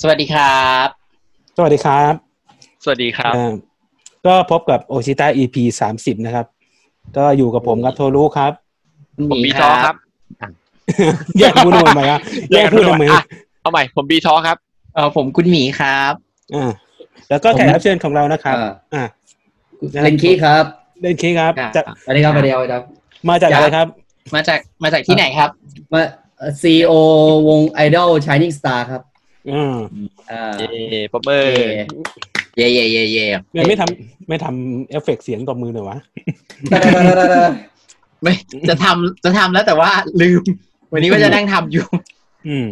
สวัสดีครับ สวัสดีครับ สวัสดีครับ อ่าก็พบกับโอชิต a EP สามสิบนะครับ ก็อยู่กับผมครับโทรุครับ ผมบีทอครับ แยกพูดทำไมครับ แยกพูดทำไม อ่ะ เอาใหม่ ผมบีทอครับ เออผมคุณหมีครับ อ่าแล้วก็แขกรับเชิญของเรานะครับ อ่า อ่า เลนคีครับ เล่นเค้กครับ ค่ะ จาก สวัสดีครับสวัสดีครับ มาจาก จาก อะไรครับ มาจากมาจากที่ไหนครับ มาซีโอวงไอดอลชายนิ่งสตาร์ครับ อ่า อ่า เอปอมเมอร์ เอ เย่เย่เย่เย่ เนี่ยไม่ทำไม่ทำเอฟเฟกต์เสียงตบมือหน่อยวะ ไม่ จะทำจะทำแล้วแต่ว่าลืม วันนี้ว่าจะนั่งทำอยู่ อืม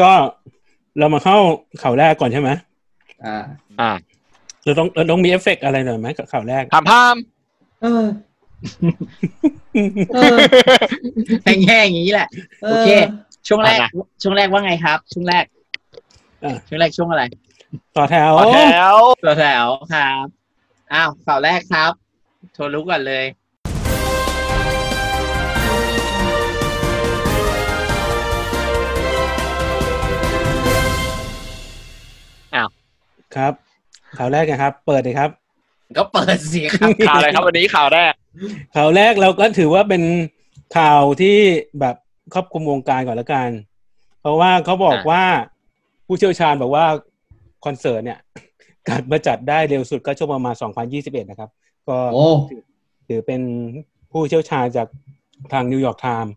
ก็เรามาเข้าข่าวแรกก่อนใช่ไหม อ่า อ่า เราต้องเราต้องมีเอฟเฟกต์อะไรหน่อยไหมกับข่าวแรก ถามพาม เออเออ แง่ๆอย่างนี้แหละ โอเค ช่วงแรก ช่วงแรกว่าไงครับ ช่วงแรก อ่ะ ช่วงแรกช่วงอะไร ต่อแถว ต่อแถว ตัวแถวครับอ้าวข่าวแรกครับโทรรู้ก่อนเลย ครับ ข่าวแรกนะครับ เปิดเลยครับ ก็เปิดเสียงครับ ข่าวอะไรครับวันนี้ข่าวแรก ข่าวแรกเราก็ถือว่าเป็นข่าวที่แบบครอบคลุมวงการก่อนละกัน เพราะว่าเขาบอก อ่ะ ว่าผู้เชี่ยวชาญบอกว่าคอนเสิร์ตเนี่ย การมาจัดได้เร็วสุดก็ช่วงประมาณ 2021 นะครับ ก็ โอ้ ถือเป็นผู้เชี่ยวชาญจากทางนิวยอร์กไทม์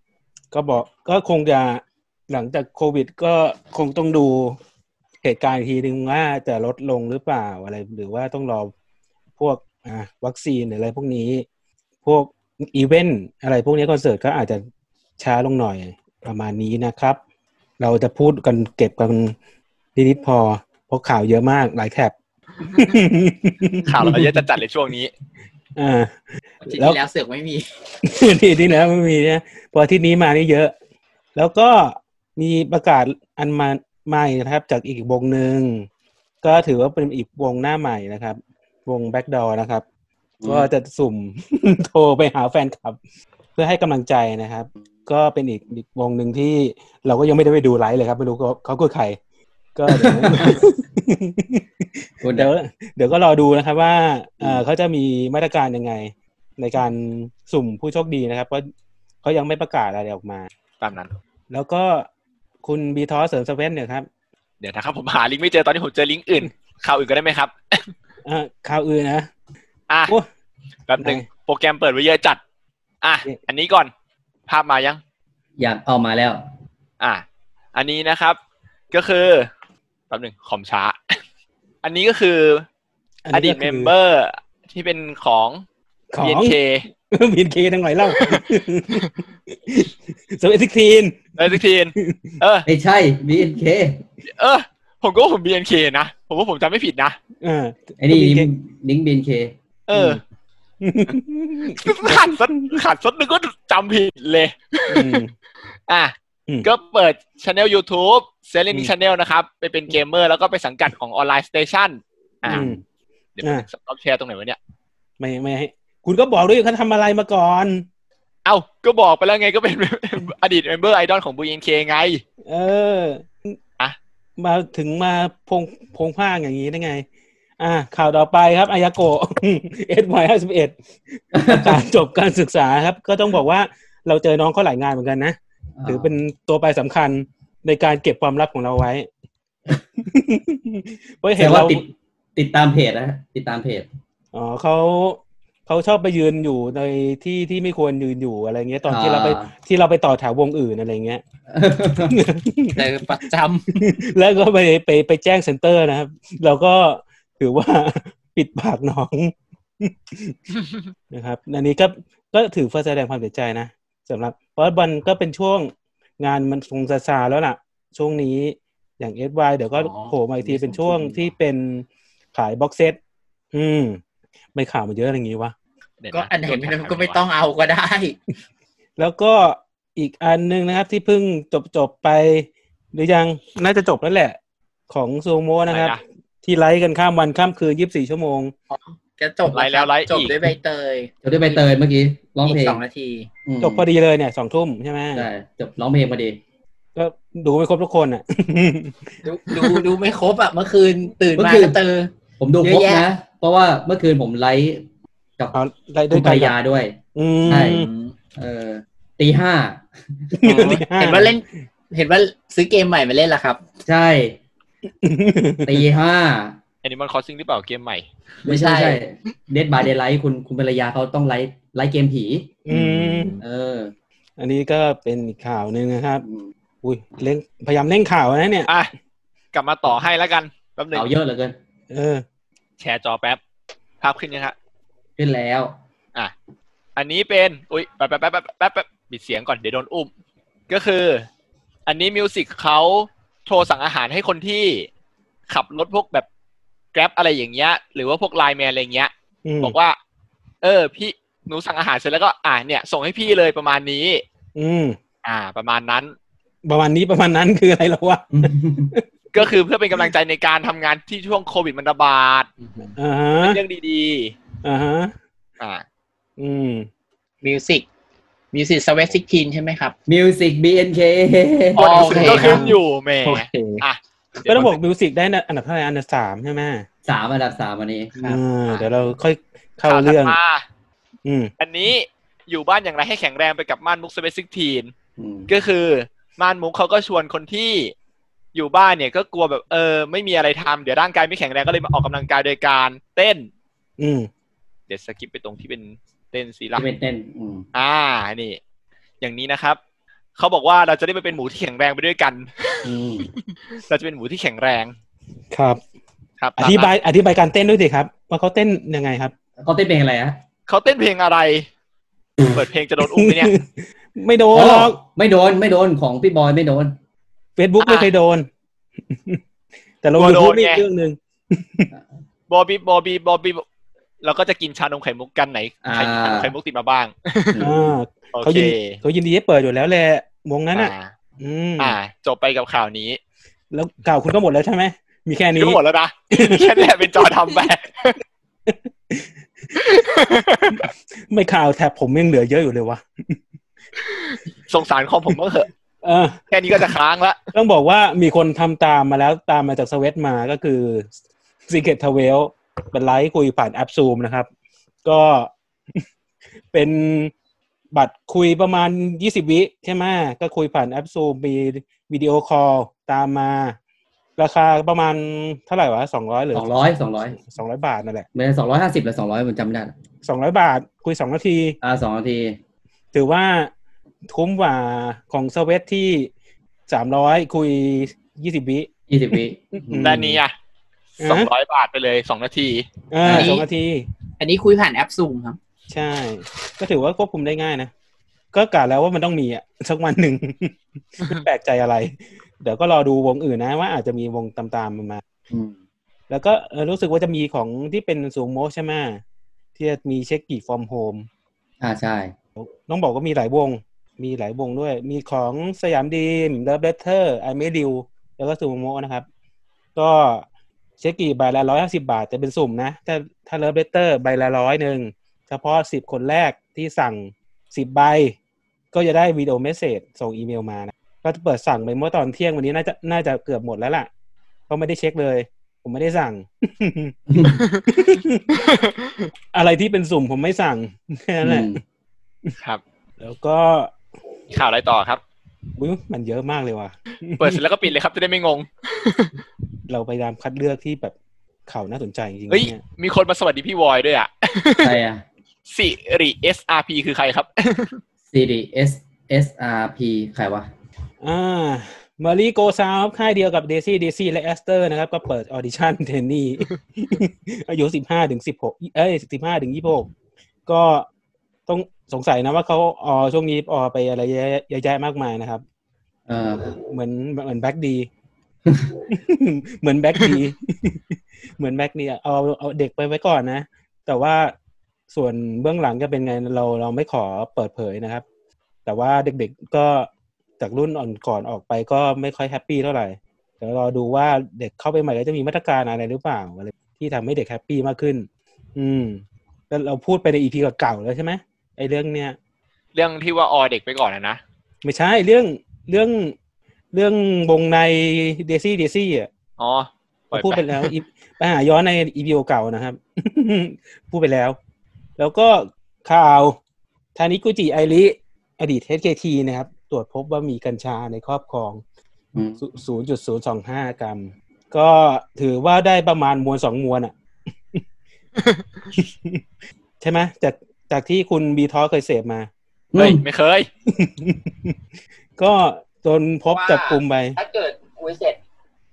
ก็บอกก็คงจะหลังจากโควิดก็คงต้องดูเหตุการณ์อีกทีนึงว่าจะลดลงหรือเปล่าอะไร หรือว่าต้องรอพวกอ่ะวัคซีนหรืออะไรพวกนี้ พวกอีเวนต์อะไรพวกนี้คอนเสิร์ตก็อาจจะช้าลงหน่อยประมาณนี้นะครับ เราจะพูดกันเก็บกันนิดๆพอเพราะข่าวเยอะมากหลายแถบ ข่าวเราเยอะจัดๆเลยช่วงนี้ อ่า อาที่ที่แล้วเสือกไม่มี อาที่ที่แล้วไม่มีนะพออาที่นี้มานี่เยอะ แล้วก็มีประกาศอันมาใหม่นะครับ จากอีกวงหนึ่ง ก็ถือว่าเป็นอีกวงหน้าใหม่นะครับ วงแบ็กดอร์นะครับ ก็จะสุ่ม โทรไปหาแฟนคลับ เพื่อให้กำลังใจนะครับ ก็เป็นอีกอีกวงหนึ่งที่เราก็ยังไม่ได้ไปดูไลฟ์เลยครับไม่รู้เขาเขาคือใคร ก็เดี๋ยว คุณ เดี๋ยวเดี๋ยวก็รอดูนะครับว่าเอ่อเขาจะมีมาตรการยังไง ในการสุ่มผู้โชคดีนะครับเพราะเขายังไม่ประกาศอะไรออกมา ตามนั้น แล้วก็คุณบีทอเสริมสเวนเนี่ยครับ เดี๋ยวนะครับผมหาลิงก์ไม่เจอตอนนี้ผมเจอลิงก์อื่น ข่าวอื่นก็ได้ไหมครับ เอ่อข่าวอื่นนะ อ่ะ โอ้ แป๊บหนึ่งโปรแกรมเปิดไว้เยอะจัด อ่ะ อันนี้ก่อน ภาพมายัง อยากเอามาแล้ว อ่ะ อันนี้นะครับ ก็คือแป๊บหนึ่งคอมช้า อันนี้ก็คืออ อันนี้ ดี ก็ ต คือ เมมเบอร์ที่เป็นของ ของ BNK บีนเคทั้งหน่อยเล่า สเวนสิกทีน เออสักทีนเออ ไม่ใช่ BNK เออ ผมก็ว่าผม BNK นะ ผมว่าผมจำไม่ผิดนะ เออ ไอ้นี่ BNK ลิงก์ BNK เออขาด ซดขาดซดนึงก็จำผิดเลย อืม อ่ะ อืม ก็เปิดช anel YouTube เซเลน อืม ช anel นะครับ ไปเป็นเกมเมอร์แล้วก็ไปสังกัดของออนไลน์สเตชันอ่ะ อืม เดี๋ยว อ่ะ สต็อปแชร์ตรงไหนวะเนี่ย ไม่ไม่ให้คุณก็บอกด้วยเขาทำอะไรมาก่อน เอ้า ก็บอกไปแล้วไงก็เป็น อดีตเมมเบอร์ไอดอลของ BNK ไง เออ อะ มาถึงมาพงพงผ้างอย่างนี้ได้ไง อ่ะข่าวต่อไปครับอายา โกะ เอสห้าสิบเอ็ดการจบการศึกษาครับ ก็ต้องบอกว่าเราเจอน้องเขาหลายงานเหมือนกันนะถือเป็นตัวไปลายสำคัญในการเก็บความลับของเราไว้ เพราะ แส เห็ ด น งว่า เรา ติดติดตามเพจนะฮะติดตามเพจ อ๋อเขาเขาชอบไปยืนอยู่ในที่ที่ไม่ควรยืนอยู่อะไรเงี้ยตอนที่เราไป อ่า ที่เราไปต่อแถววงอื่นอะไรเงี้ย แต่ประจ แล้วก็ไปไปไปแจ้งเซ็นเตอร์นะครับ เราก็ถือว่า ปิดปากน้อง นะครับ อันนี้ก็ก็ถือว่าแสดงความเสียใจนะสำหรับ เพราะบันก็เป็นช่วงงานมันทรงซาซาแล้วล่ะ ช่วงนี้อย่างเอสวเดี๋ยวก็ อ๋อ โผล่มาอีกที มีสอง เป็นช่วง ช่วง ที่เป็นขายบ็อกเซตอืม ไม่ข่าวมาเยอะอย่างนี้วะ เดี๋ยว ำก็อันไหนไม่ โด ต้อ ทาง ง ก็ไม่ต้องเอาก็ได้ แล้วก็อีกอันหนึงนะครับ ที่เพิ่งจบจบๆไป หรือยังน่าจะจบแล้วแหละ ของซูโม่ อะ นะ ไร ครับ นะ ที่ไลฟ์กันข้ามวันข้ามคืนยี่สิบสี่ชั่วโมง จะจบ ไลฟ์แล้วไลฟ์อีก จบด้วยใบเตย จบด้วยใบ เตยเมื่อกี้ร้อง อี เพล ก ง สองนาที ม จบพอดีเลยเนี่ยสองทุ่มใช่ไหม ใช่จบร้องเพลงพอดี ก็ดูไม่ครบทุกคนอ่ะ ดูดูดูไม่ครบอ่ะเมื่อคืนตื่น เมื่ มา อคืน ก็เจอ ผมดู เย คร อะ บ แยะ นะ เพราะว่าเมื่อคืนผมไลฟ์กับ เอาได้ด้ คุ วย ณ กั ภนเหรรอยราด้วย อืม ใช่ เออตีห้า ตีห้า เห็นว่าเล่น เห็นว่าซื้อเกมใหม่มาเล่นละครับ ใช่ตีห้า แอนิมอลคอสซิ่งหรือเปล่าเกมใหม่ ไม่ใช่ใช่เดดบายเดไลท์คุณคุณภรรยาเขาต้องไลฟ์ไลฟ์เกมผี อืม เออ อันนี้ก็เป็นอีกข่าวหนึ่งนะครับ อืม อุ้ยเล่นพยายามเล่นข่าวนะเนี่ย อ่ะ กลับมาต่อให้แล้วกันแป๊บหนึง เอาเยอะเหลือเกิน เออ แชร์จอแป๊บ ภาพขึ้นยังฮะ ขึ้นแล้ว อันนี้เป็น อุ้ยแป๊บแป๊บแป๊บแป๊บแป๊บแป๊บปิดเสียงก่อนเดี๋ยวโดนอุ้ม ก็คือ อันนี้มิวสิกเขาโทรสั่งอาหารให้คนที่ขับรถพวกแบบแกร็บอะไรอย่างเงี้ย หรือว่าพวกไลน์แมนอะไรเงี้ย อืม บอกว่า เออ พี่หนูสั่งอาหารเสร็จแล้วก็อ่าเนี่ย ส่งให้พี่เลยประมาณนี้ อืม อ่า ประมาณนั้น ประมาณนี้ประมาณนั้น คืออะไรหรอวะ ก็คือเพื่อเป็นกำลังใจในการทำงานที่ช่วงโควิดมันระบาด อ่าฮะ เป็นเรื่องดี อ่าฮะ ๆ อ่า อืม มิวสิกมิวสิกสวีทซิกทีนใช่ไหมครับ มิวสิก BNK อ๋ ก็ อ หนั โอง สื เค อ ครับก็ขึ้นอยู่แหม่ โอเค อ่ะ ก็ต้องบอกมิวสิกได้อันดับเท่าไหร่อันดับสามใช่ไหม สามอันดับสามวันนี้ ครับ อ่าเดี๋ยวเราค่อยเข้า ข่าวถัด เรื่อง มา อืม อันนี้อยู่บ้านอย่างไรให้แข็งแรงไปกับม่านมุกสเปซิกทีน อืม ก็คือม่านมุกเขาก็ชวนคนที่อยู่บ้านเนี่ยก็กลัวแบบเออไม่มีอะไรทำเดี๋ยวร่างกายไม่แข็งแรงก็เลยมาออกกำลังกายโดยการเต้น อืม เดี๋ยวสกิปไปตรงที่เป็นเต้นสีลั ที่เป็นเต้นอืม อ่านี่ อย่างนี้นะครับเขาบอกว่าเราจะได้ไปเป็นหมูที่แข็งแรงไปด้วยกัน อืม เราจะเป็นหมูที่แข็งแรง ครับ ครับ อธิบายอธิบายการเต้นด้วยสิครับ ว่าเขาเต้นยังไงครับ เขาเต้นเพลงอะไรฮะ เขาเต้นเพลงอะไร เปิดเพลงจะโดนอุ้มไหมเนี่ย ไม่โด โอ้ นหรอก ไม่โดนไม่โดนของพี่บอยไม่โดน เฟซบุ๊กไม่เคยโดน แต่ลง กลัว ยู โด ทูบ น นี่ ไง เรื่องหนึ่ง บอบีบอบีบอบีเราก็จะกินชานมไข่มุกกันไหนใครมีชานม อ่า ไข่มุกติดมาบ้าง อ่า โอ เขา เค ยินเขายินดีให้เปิดอยู่แล้วแหละวงนั้นอ่ะ อ่า อืม อ่า จบไปกับข่าวนี้ แล้วข่าวคุณก็หมดแล้วใช่ไหมมีแค่นี้ ก็หมดแล้วนะ แค่เนี้เป็นจอทำไป ไม่ข่าวแถบผมยังเหลือเยอะอยู่เลยวะ สงสารคอมผมบ้างเถอะ เออ แค่นี้ก็จะค้างละ ต้องบอกว่ามีคนทำตามมาแล้วตามมาจากสวีทมาก็คือ Secret t r a v e l เป็นไลฟ์คุยผ่านแอปซูมนะครับ ก็ เป็นบัตรคุยประมาณ 20 วิใช่ไหมก็คุยผ่านแอปซูมมีวิดีโอคอลตามมา ราคาประมาณเท่าไหร่วะ 200 หรือ สองร้อยสองร้อย 200 บาทนั่นแหละ เมื่อสองร้อยห้าสิบหรือสองร้อยผมจำไม่ได้ละ 200 บาทคุย 2 นาที อ่าสองนาที ถือว่าคุ้มกว่าของสวีทที่ 300 คุย 20 วิ ยี่สิบวิ อืม แต่อันนี้อ่ะ อ่ะ สองร้อยบาทไปเลยสองนาที เออสองนาที อันนี้คุยผ่านแอปซูมครับ ใช่ ก็ถือว่าควบคุมได้ง่ายนะ ก็กะแล้วว่ามันต้องมีอ่ะ สักวันหนึ่ง ไม่แปลกใจอะไร เดี๋ยวก็รอดูวงอื่นนะว่าอาจจะมีวงตามๆมันมา อืม แล้วก็เออรู้สึกว่าจะมีของที่เป็นสูงโมใช่ไหมที่จะมีเช็คกี่ฟอร์มโฮม อ่าใช่ น้องบอกว่ามีหลายวง มีหลายวงด้วย มีของสยามดีมเลิฟเลเทอร์ไอเมดิวแล้วก็สูงโมนะครับ ก็เช็คกี่ใบละร้อยห้าสิบาท แต่เป็นสุ่มนะ ถ้าถ้าเลิฟเลเตอร์ใบละร้อยหนึ่ง เฉพาะสิบคนแรกที่สั่งสิบใบ ก็จะได้วิดีโอเมสเซจส่งอีเมลมานะ ก็จะเปิดสั่งไปเมื่อตอนเที่ยงวันนี้น่าจะน่าจะเกือบหมดแล้วล่ะเพราะไม่ได้เช็คเลย ผมไม่ได้สั่ง อะไรที่เป็นสุ่มผมไม่สั่ง แค่นั้นแหละ อืม ครับ แล้วก็ ข่าวอะไรต่อครับ อุ๊ยมันเยอะมากเลยว่ะ เปิดเสร็จแล้วก็ปิดเลยครับจะได้ไม่งง เราพยายามคัดเลือกที่แบบข่าวน่าสนใจจริงๆ เฮ้ย เนี่ย มีคนมาสวัสดีพี่วอยด้วยอ่ะ ใช่อ่ะ สิริ SRP คือใครครับ CD S S R P ใครวะ อ่ามารีโกซาวค่ายเดียวกับเดซี่เดซี่และแอสเตอร์นะครับ ก็เปิดออดิ ชั่นเทนนี่ อายุสิบห้าถึงสิบหกเอ้ยสิบห้าถึงยี่หกก็ต้องสงสัยนะว่าเขาออช่วงนี้ออไปอะไรเยอะเยอะแยะมากมายนะครับ เออ เหมือนเหมือนแบ็กดี เหมือนแบ็กดี เหมือนแบ็กดีอะเอาเอาเด็กไปไว้ก่อนนะ แต่ว่าส่วนเบื้องหลังจะเป็นไงเราเราไม่ขอเปิดเผยนะครับ แต่ว่าเด็กๆก็จากรุ่นอ่อนก่อนออกไปก็ไม่ค่อยแฮปปี้เท่าไหร่เดี๋ยวรอดูว่าเด็กเข้าไปใหม่แล้วจะมีมาตรการอะไรหรือเปล่าอะไรที่ทำให้เด็กแฮปปี้มากขึ้น อืมแล้วเราพูดไปในอีพีเก่าๆแล้วใช่ไหมไอ้เรื่องเนี้ย เรื่องที่ว่าออเด็กไปก่อนอะนะ ไม่ใช่เรื่องเรื่อง เรื่องวงในเดซี่เดซี่อ่ะ อ๋อปล่อย พูดไปแล้วอีไปหาย้อนในอีพีเก่านะครับ พูดไปแล้ว แล้วก็ข่าวทานิกุจิไอริอดีต HKT นะครับ ตรวจพบว่ามีกัญชาในครอบครอง อืม 0.025 กรัม ก็ถือว่าได้ประมาณมวลสองมวล อ่ะ ใช่ไหมจากจากที่คุณบีท้อเคยเสพมา เฮ้ยไม่เคย ก็จนพบจับกลุ่มไป ถ้าเกิดคุยเสร็จ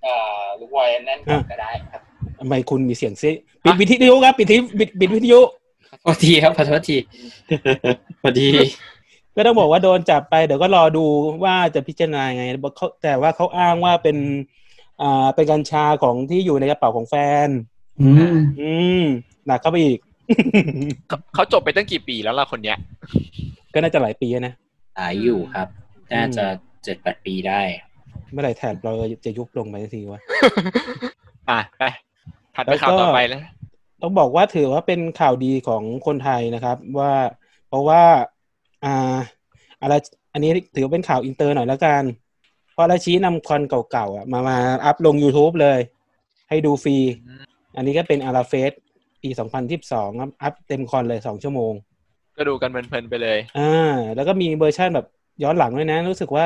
เอ่อลุงวอยนั่นก่อนก็ได้ครับ ทำไมคุณมีเสียงซิปิดวิทยุครับ ปิดทิปิดปิดวิทยุ ขอโทษทีครับขอโทษทีพอดี ก็ต้องบอกว่าโดนจับไปเดี๋ยวก็รอดูว่าจะพิจารณายังไงบอกเขาแต่ว่าเขาอ้างว่าเป็น อ่าเป็นกัญชาของที่อยู่ในกระเป๋าของแฟน อืม อืมหนักเข้าไปอีก เขาเขาจบไปตั้งกี่ปีแล้วล่ะคนเนี้ย ก็น่าจะหลายปีนะ หายอยู่ครับ น่าจะเจ็ดแปดปีได้ เมื่อไหร่แถบเราจะยุบลงไปสักทีวะ อ่ะไปถัดไปข่าวต่อไปนะ ต้องบอกว่าถือว่าเป็นข่าวดีของคนไทยนะครับ ว่าเพราะว่าอ่าอะไรอันนี้ถือเป็นข่าวอินเตอร์หน่อยแล้วกัน เพราะอาราชีนำคอนเก่าๆอ่ะมามาอัพลง YouTube เลย ให้ดูฟรี อันนี้ก็เป็นอาราเฟสปี 2022ครับอัพเต็มคอนเลย 2 ชั่วโมง ก็ดูกันเพลินๆไปเลย อ่าแล้วก็มีเวอร์ชั่นแบบย้อนหลังด้วยนะ รู้สึกว่า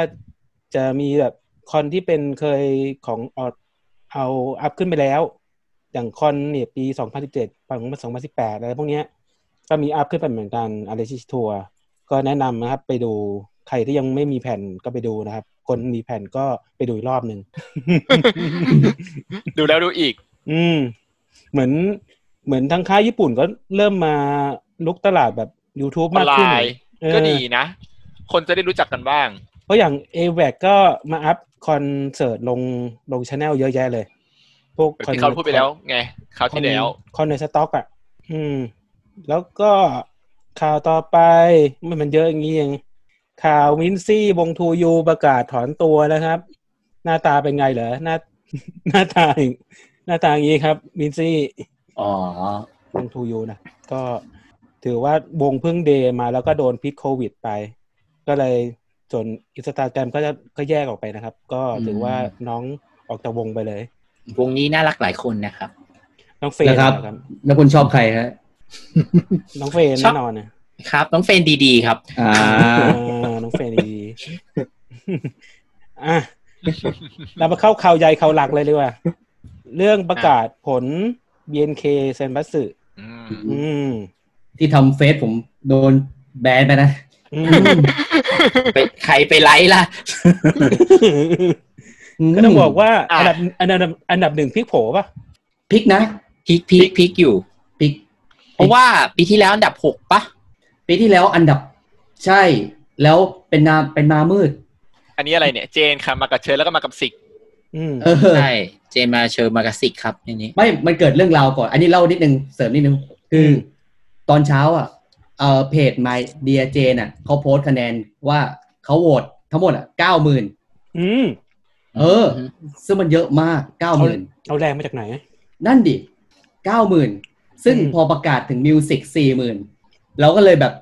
จะมีแบบคอนที่เป็นเคยของออดเอาอัพขึ้นไปแล้ว อย่างคอนเนี่ยปี 2017ปี2018 อะไรพวกเนี้ย ก็มีอัพขึ้นไปเหมือนกันอะไรชิทัวร์ก็แนะนำนะครับ ไปดูใครที่ยังไม่มีแผ่นก็ไปดูนะครับ คนมีแผ่นก็ไปดูอีกรอบหนึ่ง ดูแล้วดูอีก อืม เหมือนเหมือนทางค่ายญี่ปุ่นก็เริ่มมาลุกตลาดแบบ YouTube ออ มาน กขึ้ไลน น์ เออ ก็ดีนะ คนจะได้รู้จักกันบ้าง เพราะอย่าง a w a c ก็มาอัพคอนเสิร์ตลงลงชแนลเยอะแยะเลย พวก แบบที่เขาพูดไปแล้ว ไงคราวที่แล้ว คอนในสต็อกอ่ะ อืม แล้วก็ข่าวต่อไปมันมันเยอะอย่างนี้เองข่าววินซี่วงทูยูประกาศถอนตัวนะครับ หน้าตาเป็นไงเหรอหน้า หน้าตาอย่างหน้าตาอย่างนี้ครับวินซี่ อ๋อ วงทูยูนะก็ถือว่าวงเพิ่งเดย์มาแล้วก็โดนพิษโควิดไป ก็เลยส่วนอินสตาแกรมก็จะก็แยกออกไปนะครับ ก็ถือว่าน้องออกจากวงไปเลย วงนี้น่ารักหลายคนนะครับ น้องเฟรน นะครับ นะครับ แล้วคุณชอบใครฮะ น้องเฟรน ชอบ แน่นอนนะครับ น้องเฟรนดีๆ ครับ อ่า อ่าน้องเฟรนดี ๆอ่ะเรามาเข้าข่าวใหญ่ข่าวหลักเลยดีกว่า เรื่องประกาศผล BNK เซนบัสึ อืม อืม ที่ทำเฟซผมโดนแบนไปนะ อืม ไปใครไปไลค์ล่ะ ก็ต้องบอกว่าอันดับอันดับอันดับหนึ่งพลิกโผป่ะ พลิกนะ พิกพิกพิกอยู่ พลิก เพราะว่าปีที่แล้วอันดับหกปะ ปีที่แล้วอันดับใช่ แล้วเป็นนาเป็นมามืด อันนี้อะไรเนี่ย เจนค่ะมากับเชิญแล้วก็มากับสิก อืม เออ ใช่เจนมาเชอร์มากาสิกครับอันนี้ ไม่ มันเกิดเรื่องราวก่อน อันนี้เล่านิดนึง เสริมนิดนึง คืออ ม ตอนเช้าอ่ะ เออเพจ My Dear Jane อ่ะเขาโพสต์คะแนนว่าเขาโหวตทั้งหมดอ่ะเก้าหมื่น อืม เออ ซึ่งมันเยอะมากเก้าหมื่น เอาแรงมาจากไหน นั่นดิเก้าหมื่นซึ่ง อืม พอประกาศถึงมิวสิกสี่หมื่นเราก็เลยแบบ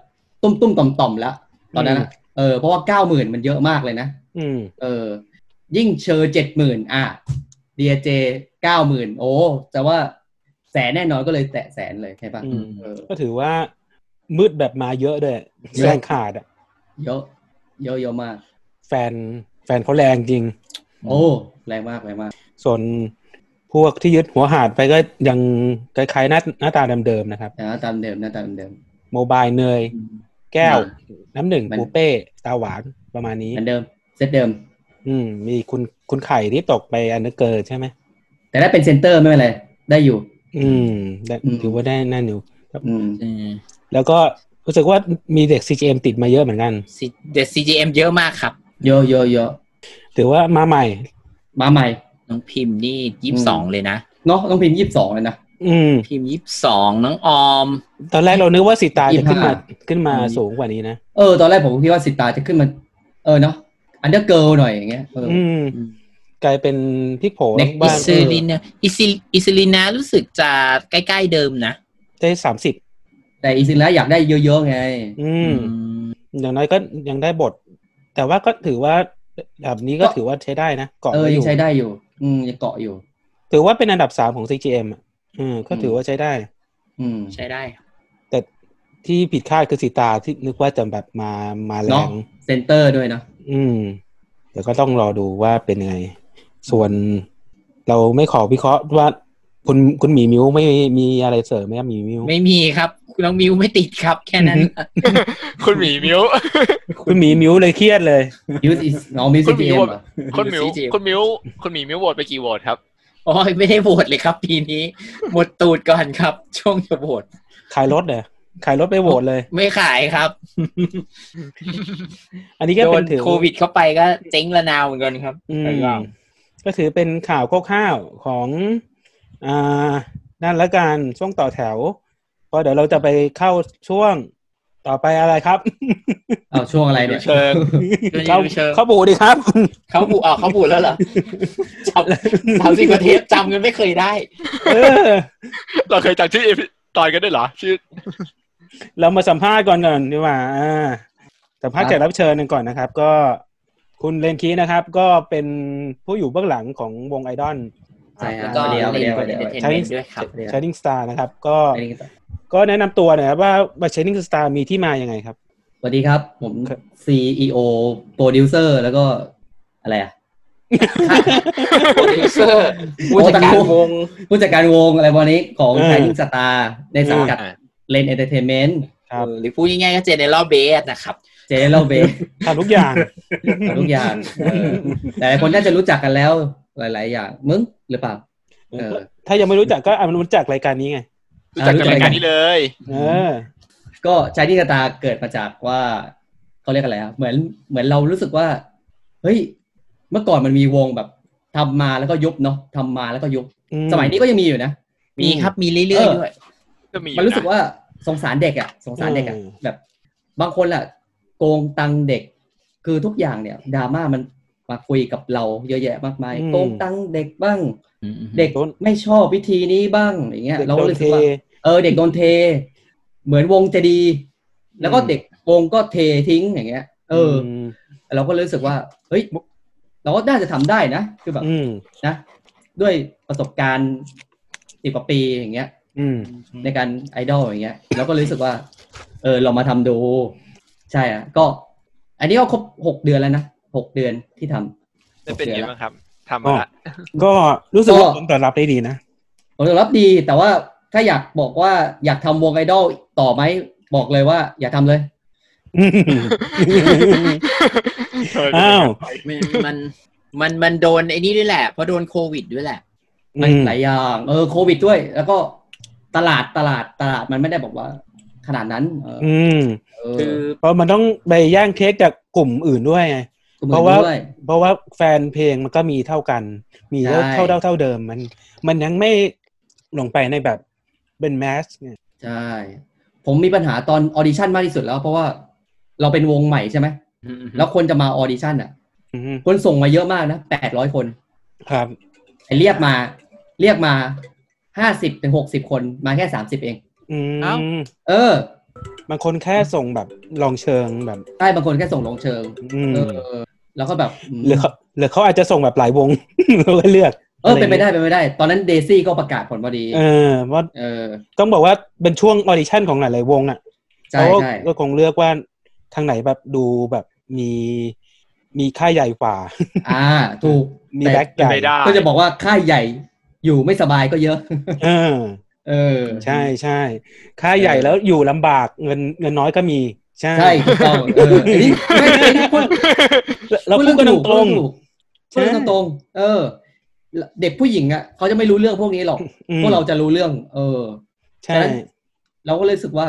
ตุ้มตุ้มต่อมต่อมๆแล้ว ตอนนั้นอะเออเพราะว่าเก้าหมื่นมันเยอะมากเลยนะ อืม เออ ยิ่งเชอเจ็ดหมื่นอ่ะดีเจเก้าหมื่นโอ้แต่ว่าแสนแน่นอนก็เลยแตะแสนเลยใช่ปะ อืม เออ ก็ถือว่ามืดแบบมาเยอะด้วย เยอะ แรงขาดอะ เยอะเยอะเยอะมาก แฟนแฟนเขาแรงจริง โอ้แรงมากแรงมาก ส่วนพวกที่ยึดหัวหาดไปก็ยังคล้ายๆหน้าหน้าตาเดิมๆนะครับ นะตามเดิมนะตามเดิม โมบายเนย แก้ว อื น้ำหนึ่ง มัน ปูเป้ตาหวานประมาณนี้ เหมือนเดิมเซตเดิม อืม มีคุณคุณไข่ที่ตกไปอันเดอร์เกิร์ใช่ไหม แต่ถ้าเป็นเซนเตอร์ไม่เป็นไร ได้อยู่ อืมได้ อืม ถือว่าได้นั่นอยู่ อืม อืม แล้วก็รู้สึกว่ามีเด็ก CGM ติดมาเยอะเหมือนกัน เดซีจีเอ็มเยอะมากครับ เยอะเยอะเยอะ ถือว่ามาใหม่ มาใหม่ น้องพิมพ์นี่ยี่สิบสองเลยนะ เนาะต้องพิมพ์ยี่สิบสองเลยนะ อืม พิมพ์ยี่สิบสองน้องออม ตอนแรกเรานึกว่าสีตาจะขึ้นมา 25 ขึ้นมาสูงกว่านี้นะ เออ ตอนแรกผมก็คิดว่าสิตาจะขึ้นมา เออเนาะอันเดอร์เกิลหน่อยอย่างเงี้ยเออ อืม อืม กลายเป็นพลิกโผ เด็ก อิ บ้าง ซูลินเนยอิซิอิซูลินนะรู้สึกจะใกล้ๆเดิมนะ ได้สามสิบ แต่อีกสิ่งแล้วอยากได้เยอะๆไง อืม อืม อย่างน้อยก็ยังได้บท แต่ว่าก็ถือว่า แบบนี้ก็ถือว่าใช้ได้นะเกาะ เออ ไว้อ ยัง ยู่ ใช้ได้อยู่ อืมยังเกาะอยู่ ถือว่าเป็นอันดับสามของ CGM อ่ะอืมก็ถือว่าใช้ได้ อืม ใช้ได้ แต่ที่ผิดคาดคือสีตาที่นึกว่าจะแบบมามาแร เนาะ ง เซนเตอร์ด้วยเนาะ อืมเดี๋ยวก็ต้องรอดูว่าเป็นยังไง ส่วนเราไม่ขอวิเคราะห์ว่าคุณคุณหมีมิวไม่มีอะไรเสริมไหมครับหมีมิว ไม่มีครับคุณน้องมิวไม่ติดครับ แค่นั้น คุณหมีมิว คุณหมีมิวเลยเครียดเลย ยูสอิสน้องมิว คุ สิ ณ ก หมี เอ็ม ว่า คุณหมิว CGM คุณหมิวคุณหมีมิวโหวตไปกี่โหวตครับ โอ้ยไม่ได้โหวตเลยครับปีนี้ หมดตูดก่อนครับ ช่วงจะโหวต ขายรถเหรอขายรถไปโหวตเลย ไม่ขายครับ อันนี้ก็ โด เป็น นถือ โควิดเข้าไปก็เจ๊งละนาวเหมือนกันครับ อืมก็ถือเป็นข่าวคร่าวๆของอ่านั่นละกันช่วงต่อแถวเพราะเดี๋ยวเราจะไปเข้าช่วงต่อไปอะไรครับ เอาช่วงอะไรเนี่ย เชิง เข้าเข้าบูดีครับ เขาบูอ่ะเขาบูแล้วเหรอจำสามสิบกว่าเทปจำกันไม่เคยได้ เออ เราเคยจำชื่อเอพิตอนกันด้วยเหรอ ชื่อ เรามาสัมภาษณ์ก่อนก่อนดีกว่าอ่า สัมภาษณ์ ครับ แขกรับเชิญกันก่อนนะครับ ก็คุณเลนคีนะครับ ก็เป็นผู้อยู่เบื้องหลังของวงไอดอล ใช่ฮะ ก็ เดี๋ยว เล่น เดี๋ยว กับ เดี๋ยว เอนเตอร์เทนเมนใช้ต์ด้วยครับ เดี๋ยว s h i n i n g Star นะครับ ก็ ไปนี่กันต่อ ก็แนะนำตัวหน่อยครับว่าว่า Shining Star มีที่มาอย่างไงครับ สวัสดีครับ ผม ครับ CEO โปรดิวเซอร์แล้วก็อะไรอะ โปรดิวเซอร์ผู้จัดการวง ผู้จัดการวงอะไรวันนี้ของ เออ Shining Star ในสังกัด อ่า เลนเอนเตอร์เทนเมนต์ ครับ หรือพูดง่ายๆก็เจเนอเรลเบสนะครับ เจเนอเรลเบส ทำทุก อย่าง ทุกอย่างเออหลายๆคนน่าจะรู้จักกันแล้วหลาย ๆ อย่างมึงหรือเปล่า เออ ถ้ายังไม่รู้จักก็อ่ะรู้จักรายการนี้ไง รู้จักจากรายการนี้เลย เออ ก็ชายที่กระตาเกิดมาจากว่าเขาเรียกอะไรอะเหมือนเหมือนเรารู้สึกว่า เฮ้ย เมื่อก่อนมันมีวงแบบทำมาแล้วก็ยุบเนาะทำมาแล้วก็ยุบ อื สมัยนี้ก็ยังมีอยู่นะ มีครับมีเรื่อยๆด้วย ก็มีอยู่ มันรู้สึก นะ ว่าสงสารเด็กอะสงสารเด็กอะแบบ บางคนอะโกงตังค์เด็ก คือทุกอย่างเนี่ยดราม่ามันมาคุยกับเราเยอะแยะมากมาย โกงตังค์เด็กบ้าง เด็กไม่ชอบวิธีนี้บ้างอย่างเงี้ย เด็ก เรา โด ก็ น รู้ เท สึกว่า เออเด็กโดนเท เหมือนวงจะดี แล้วก็ อืม เด็กวงก็เททิ้งอย่างเงี้ย เอออ ม เราก็เลยรู้สึกว่า เฮ้ยเราก็น่าจะทำได้นะ คือแบบ อืม นะ ด้วยประสบการณ์สิบกว่าปีอย่างเงี้ย อืม ในการไอดอลอย่างเงี้ยเราก็เลยรู้สึกว่า เออลองมาทำดู ใช่อ่ะ ก็ อันนี้ก็ครบหกเดือนแล้วนะหกเดือนที่ทำ ได้เป็นยังไงบ้างครับทำ อ๋ มา อ ละ ก็รู้สึกว่า ก็ ผลตอบรับได้ดี นะ ผลตอบรับดีแต่ว่าถ้าอยากบอกว่าอยากทำวงไอดอลต่อไหมบอกเลยว่า อย่าทำเลย เออ อ้าว มันมันมันมันโดนไอ้นี่ด้วยแหละ เพราะโดนโควิดด้วยแหละ มันหลายอย่างเออโควิดด้วย แล้วก็ตลาดตลาดตลาดมันไม่ได้บอกว่า ขนาดนั้น เออ อืม เออ คือ เพราะมันต้องไปแย่งเค้กจากกลุ่มอื่นด้วยไง ก็เพราะเหมือนว่า ด้วย เพราะว่าแฟนเพลงมันก็มีเท่ากัน มีเท่า ใช่ เท่าเท่าเท่าเดิมมัน มันยังไม่ลงไปในแบบเป็นแมสเนี่ย ใช่ผมมีปัญหาตอนออดิชั่นมากที่สุดแล้ว เพราะว่าเราเป็นวงใหม่ใช่ไหมแล้วคนจะมาออดิชั่นอ่ะ อืม คนส่งมาเยอะมากนะแปดร้อยคน ครับ ไอ้เรียกมา เรียกมาห้าสิบถึงหกสิบคนมาแค่สามสิบเอง อืม เออ บางคนแค่ส่งแบบลองเชิงแบบ ใต้บางคนแค่ส่งลงเชิง อืม เออ แล้วก็แบบม หรือเขาหรือเขาอาจจะส่งแบบหลายวง เราก็เลือก เออเป็นไปได้เป็นไปได้ ตอนนั้นเดซี่ก็ประกาศผลพอดี เออเพราะ เออ ต้องบอกว่าเป็นช่วงออดิชั่นของหลาย ๆ วงอ่ะ ใช่ เขาก็ ใช่ ก็คงเลือกว่าทางไหนแบบดูแบบมีมีค่าใหญ่กว่า อ่า ถูก มี แต่ แบ็คใหญ่ ไม่ได้ ก็จะบอกว่าค่ายใหญ่อยู่ไม่สบายก็เยอะ เออ เออ ใช่ใช่ค่าใหญ่ เออ แล้วอยู่ลำบากเงินเงินน้อยก็มี ใช่ ใช่ถูกต้องเอออันนี้ไม่ไม่ไม่พูด เราพูดกันตรงๆ พูดเรื่องตรงๆเออ เด็กผู้หญิงอ่ะเขาจะไม่รู้เรื่องพวกนี้หรอก อืม พวกเราจะรู้เรื่อง เออ ใช่ ฉะนั้น เราก็เลยรู้สึกว่า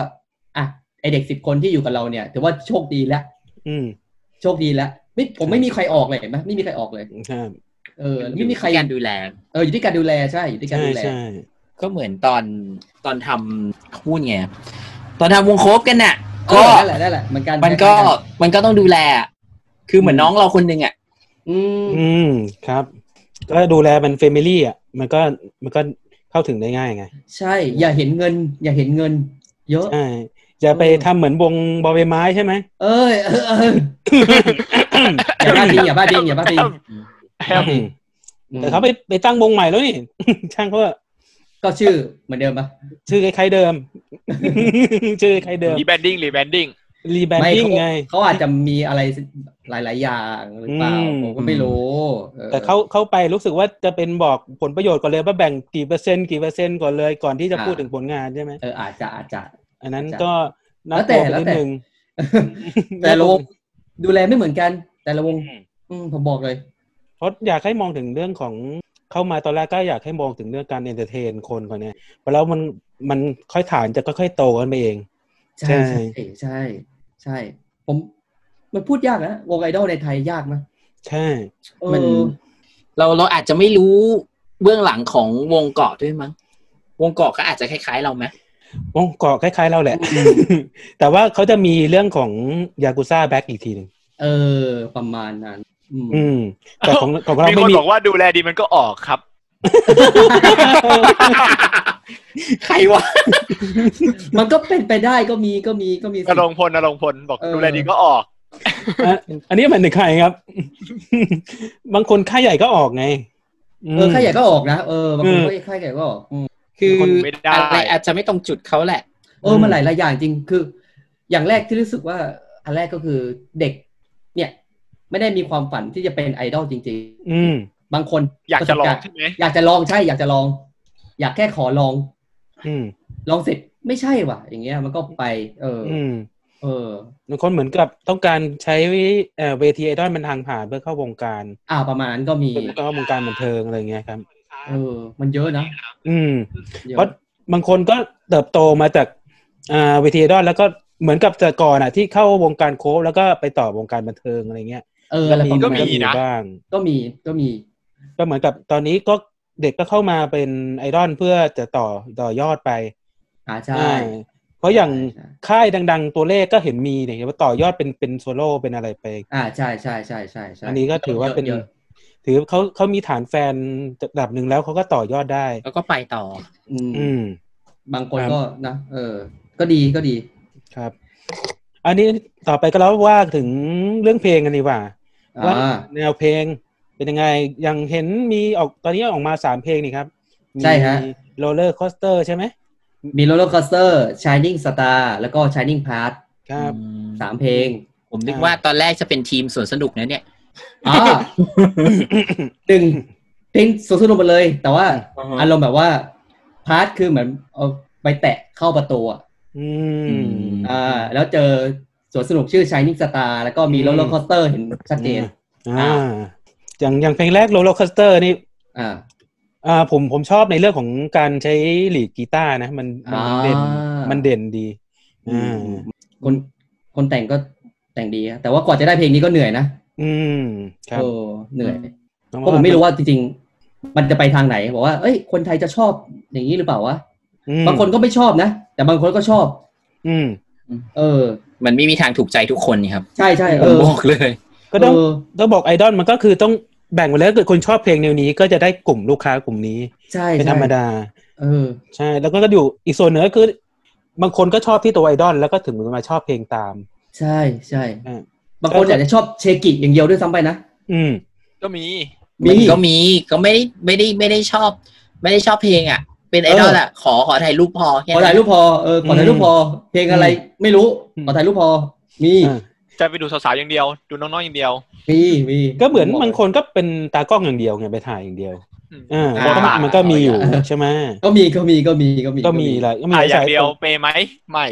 อ่ะไอเด็กสิบคนที่อยู่กับเราเนี่ยถือว่าโชคดีแล้ว อืม โชคดีแล้วไม่ผมไม่มีใครออกเลยเห็นไหมไม่มีใครออกเลย ใช่ เออไม่มีใคร การดูแล เอออยู่ที่การดูแลใช่อยู่ที่การ ใช่ ดูแล ใช่ ก็เหมือนตอนตอนทำพูดไงตอนทำวงโคบกันน่ะ เอ ก็ อนั่นแหละนั่นแหละเหมือนกัน มันก็มันก็ต้องดูแลอะคือเหมือนน้องเราคนหนึ่งอ่ะ อืม อืมครับ ก็ดูแลมันเฟมิลี่อ่ะมันก็มันก็เข้าถึงได้ง่ายไง ใช่ อย่าเห็นเงิน อย่าเห็นเงิน เยอะ ใช่ อย่าไปทำเหมือนวงบอใบไม้ใช่ไหม เอ้ยเออเอออย่าบ้าจริงอย่าบ้าจริงอย่าบ้าจริง แฮม อืม แต่เขาไปไปตั้งวงใหม่แล้วนี่ ช่างเขาเถอะ ก็ชื่อเหมือนเดิมปะ ชื่อคล้ายๆเดิม ชื่อคล้ายๆเดิม รีแบนดิ้งรีแบนดิ้ง รีแบน ไม่ ดิ้ง เขา ไง เขาอาจจะมีอะไรหลาย ๆ อย่างหรือเปล่า อืม ผมก็ไม่รู้ออ แต่เขาเข้าไปรู้สึกว่าจะเป็นบอกผลประโยชน์ก่อนเลยว่าแบ่งกี่เปอร์เซ็นต์กี่เปอร์เซ็นต์ก่อนเลยก่อนที่จะพูดถึงผลงานใช่ไหม เอออาจจะอาจจะ อันนั้น ใช่ ก็น่า แล้กวแต่ ลัวไป แล้ว นิด แต่ นึง แต่ละวงดูแลไม่เหมือนกัน แต่ละวง อืมผมบอกเลย เพราะอยากให้มองถึงเรื่องของเข้ามาตอนแรกก็อยากให้มองถึงเรื่องการเอนเตอร์เทนคนก่อนเนี่ยเพอแล้วมันมันค่อยฐานจะค่อยๆโตกันไปเอง ใช่ ใช่ ใช่ใช่ ใช่ ผมมันพูดยากนะวงไอดอลในไทยยากนะ ใช่ เอ มัน อ เราเราอาจจะไม่รู้เบื้องหลังของวงเกาะด้วยมั้ง วงเกาะก็อาจจะคล้ายๆเราไหม วงเกาะคล้ายๆเราแหละ แต่ว่าเขาจะมีเรื่องของยากุซ่าแบ็กอีกทีหนึ่ง เออ ประมาณนั้น อืม อืม แต่ของของเรา มี ไม่ คน มี บอกว่าดูแลดีมันก็ออกครับ ใครวะ มันก็เป็นไปได้ก็มีก็มีก็มี น สิ รงค์พลนรงค์พลบอก เออ ดูแลดีก็ออก อ่ะอันนี้หมันถึงใครครับ บางคนค่ายใหญ่ก็ออกไงม เออค่ายใหญ่ก็ออกนะเออบางคน อืม ก็ค่ายใหญ่ก็ออกอืม คือ คนไม่ได้ อะไรอาจจะไม่ตรงจุดเขาแหละ เออมันหลายหลายอย่างจริงคือ อย่างแรกที่รู้สึกว่า อันแรกก็คือเด็ก เนี่ย ไม่ได้มีความฝันที่จะเป็นไอดอลจริง อืม ๆ บางคน อยากจะลอง ปรสบ ใช่ รณ์ ไหม อยากจะลองใช่อยากจะลอง อยากแค่ขอลอง อืม ลองเสร็จไม่ใช่ว่ะ อย่างเงี้ยมันก็ไป เอออ อืม เออ บางคนเหมือนกับต้องการใช้เอ่อเวทีไอดอลเป็นทางผ่านเพื่อเข้าวงการ อ่าประมาณนั้นก็มี ก็วงการบันเทิงอะไรเงี้ยครับ เออ มันเยอะนะ อืม เยอะ เพราะบางคนก็เติบโตมาจากอ่าเวทีไอดอลแล้วก็เหมือนกับแต่ก่อนอ่ะ ที่เข้าวงการโค้ชแล้วก็ไปต่อวงการบันเทิงอะไรเงี้ย เอออะไรประ ก็ มาณ มี นั้น นะ บ้าง ก็มีก็มี ก็เหมือนกับตอนนี้ก็เด็กก็เข้ามาเป็นไอดอลเพื่อจะต่อต่อยอดไป อ่าใช่ อ่าเพราะอย่าง ใช่ ค่ายดัง ๆ ตัวเลขก็เห็นมีเนี่ยว่าต่อยอดเป็นเป็นโซโล่เป็นอะไรไป อ่าใช่ใช่ใช่ใช่ใช่ อันนี้ก็ถือว่าเป็น ยะยะ ถือเขาเขามีฐานแฟนระดับหนึ่งแล้วเขาก็ต่อยอดได้ แล้วก็ไปต่อ อืม อืม บางคน ครับ ก็นะเออ ก็ดีก็ดี ครับ อันนี้ต่อไปก็แล้วว่าถึงเรื่องเพลงกันดีกว่าว่า อ่า แนวเพลงเป็นยังไงอย่างเห็นมีออกตอนนี้ออกมาสามเพลงนี่ครับ ใช่ฮะ โรลเลอร์คอสเตอร์ใช่ไหม มี roller coaster shining star แล้วก็ shining path ครับ อืม สามเพลง ผมนึกว่าตอนแรกจะเป็นทีมสวนสนุกนะเนี่ย อ่ าหนึ่งเพลงสนุกๆหมดเลย แต่ว่า อ่าฮะ อารมณ์แบบว่า พาร์ทคือเหมือนเอาไปแตะเข้าประตูอะ อื อื ม ม อ่าแล้วเจอสวนสนุกชื่อ Shining Star แล้วก็มี อืม โรลเลอร์คอสเตอร์เห็นชัดเจน อ่าอย่างอย่างเพลงแรกโรลเลอร์คอสเตอร์นี่ อ่า อ่าผมผมชอบในเรื่องของการใช้หลีดกีตาร์นะ มันมันเด่นมันเด่นดีอ่า คนคนแต่งก็แต่งดีนะแต่ว่ากว่าจะได้เพลงนี้ก็เหนื่อยนะ อืมครับ โอ้เหนื่อย น้อง เพราะผมไม่รู้ว่าจริงๆ มันจะไปทางไหน บอกว่า เอ้ย คนไทยจะชอบอย่างนี้หรือเปล่าวะ อืม บางคนก็ไม่ชอบนะ แต่บางคนก็ชอบ อืม เออ มันไม่มีทางถูกใจทุกคนนี่ครับ ใช่ใช่ ผ เอ ม อ บอกเลย ก็ต้อง เออ ก็บอกไอดอลมันก็คือต้องแบ่งไปแล้วเกิดคนชอบเพลงแนวนี้ก็จะได้กลุ่มลูกค้ากลุ่มนี้ ใช่ เป็นธรรมดา เออ ใช่ แล้วก็อยู่อีกส่วนหนึ่งก็คือบางคนก็ชอบที่ตัวไอดอลแล้วก็ถึงมาชอบเพลงตาม ใช่ใช่ อ่า บางคนอยากจะชอบเชกิอย่างเดียวด้วยซ้ำไปนะ อืม ก็มี มี นก็มีก็ไม่ได้ไม่ได้ไม่ได้ชอบ ไม่ได้ชอบเพลงอ่ะ เป็นไอดอล เออ อ่ะ ขอขอถ่ายรูปพอแค่ ขอถ่ายรูปพอเออขอถ่ายรูปพอ เพลงอะไรไม่รู้ อืม ขอถ่ายรูปพอ มี อ่า จะไปดูสาวๆอย่างเดียว ดูน้องๆอย่างเดียว มีมี ก็เหมือนบางคนก็เป็นตากล้องอย่างเดียวไงไปถ่ายอย่างเดียว อืม อ่าแล้วก็มันมันก็มีอยู่ใช่ไหม ก็มีก็มีก็มีก็มี ก็มีแหละก็มี ถ่าย หล อย่างเดียว ส เปย์ไหมไม่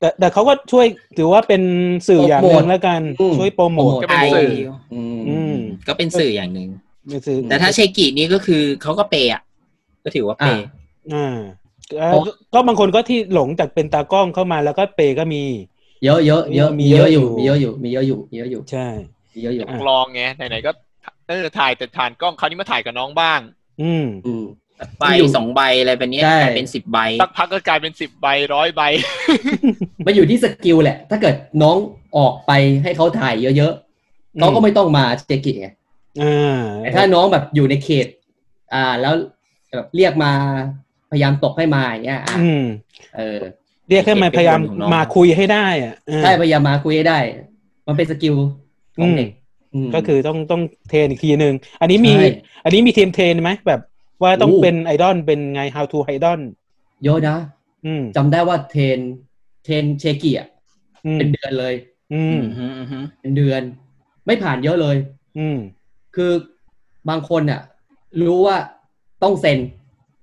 แต่แต่เขาก็ช่วยถือว่าเป็นสื่ออย่างหนึ่งแล้วกันช่วยโปรโมท ก็เป็นสื่อ อืม อืม ก็เป็นสื่ออย่างหนึ่ง เป็นสื่อ แต่ถ้าเชกินี่ก็คือเขาก็เปย์อ่ะ ก็ถือว่าเปย์ อ่าเอ่อก็บางคนก็ที่หลงจากเป็นตากล้องเข้ามาแล้วก็เปก็มี เยอะเยอะเยอะ มี มี เย เย อะ อะอยู่มี อยู่ เยอะอยู่มีเยอะอยู่มีเยอะอยู่ ใช่ มีเยอะอยู่ อ่ะ ลองไงไหนๆก็เออถ่ายแต่ถ่านกล้องคราวนี้มาถ่ายกับน้องบ้าง อืม อืม ใบสองใบอะไรแบบเนี้ย ใช่ กลายเป็นสิบใบ สักพักก็กลายเป็นสิบใบร้อยใบ มันอยู่ที่สกิลแหละ ถ้าเกิดน้องออกไปให้เขาถ่ายเยอะ อืม ๆน้องก็ไม่ต้องมาเจกิไง อ่า แต่ถ้าน้องแบบอยู่ในเขต อ่าแล้วแบบเรียกมาพยายามตกให้มาอย่างเงี้ยอ่ะ อืม เออ เรียกให้มันพยายาม เหตุผลของน้อง มาคุยให้ได้อ่ะเออ ใช่พยายามมาคุยให้ได้ มันเป็นสกิลของเด็กม ก็คือต้องต้องเทรนอีกทีหนึ่งอันนี้มี ใช่ อันนี้มีทีมเทรนไหมแบบว่าต้อง โอ้ เป็นไอดอลเป็นไง how to ไอดอล เยอะนะ อืม จำได้ว่าเทรนเทรนเชกิอ่ะ อืม เป็นเดือนเลย อืม อืมอืมอืม เป็นเดือน ไม่ผ่านเยอะเลย อืม คือบางคนอ่ะ รู้ว่าต้องเซ็น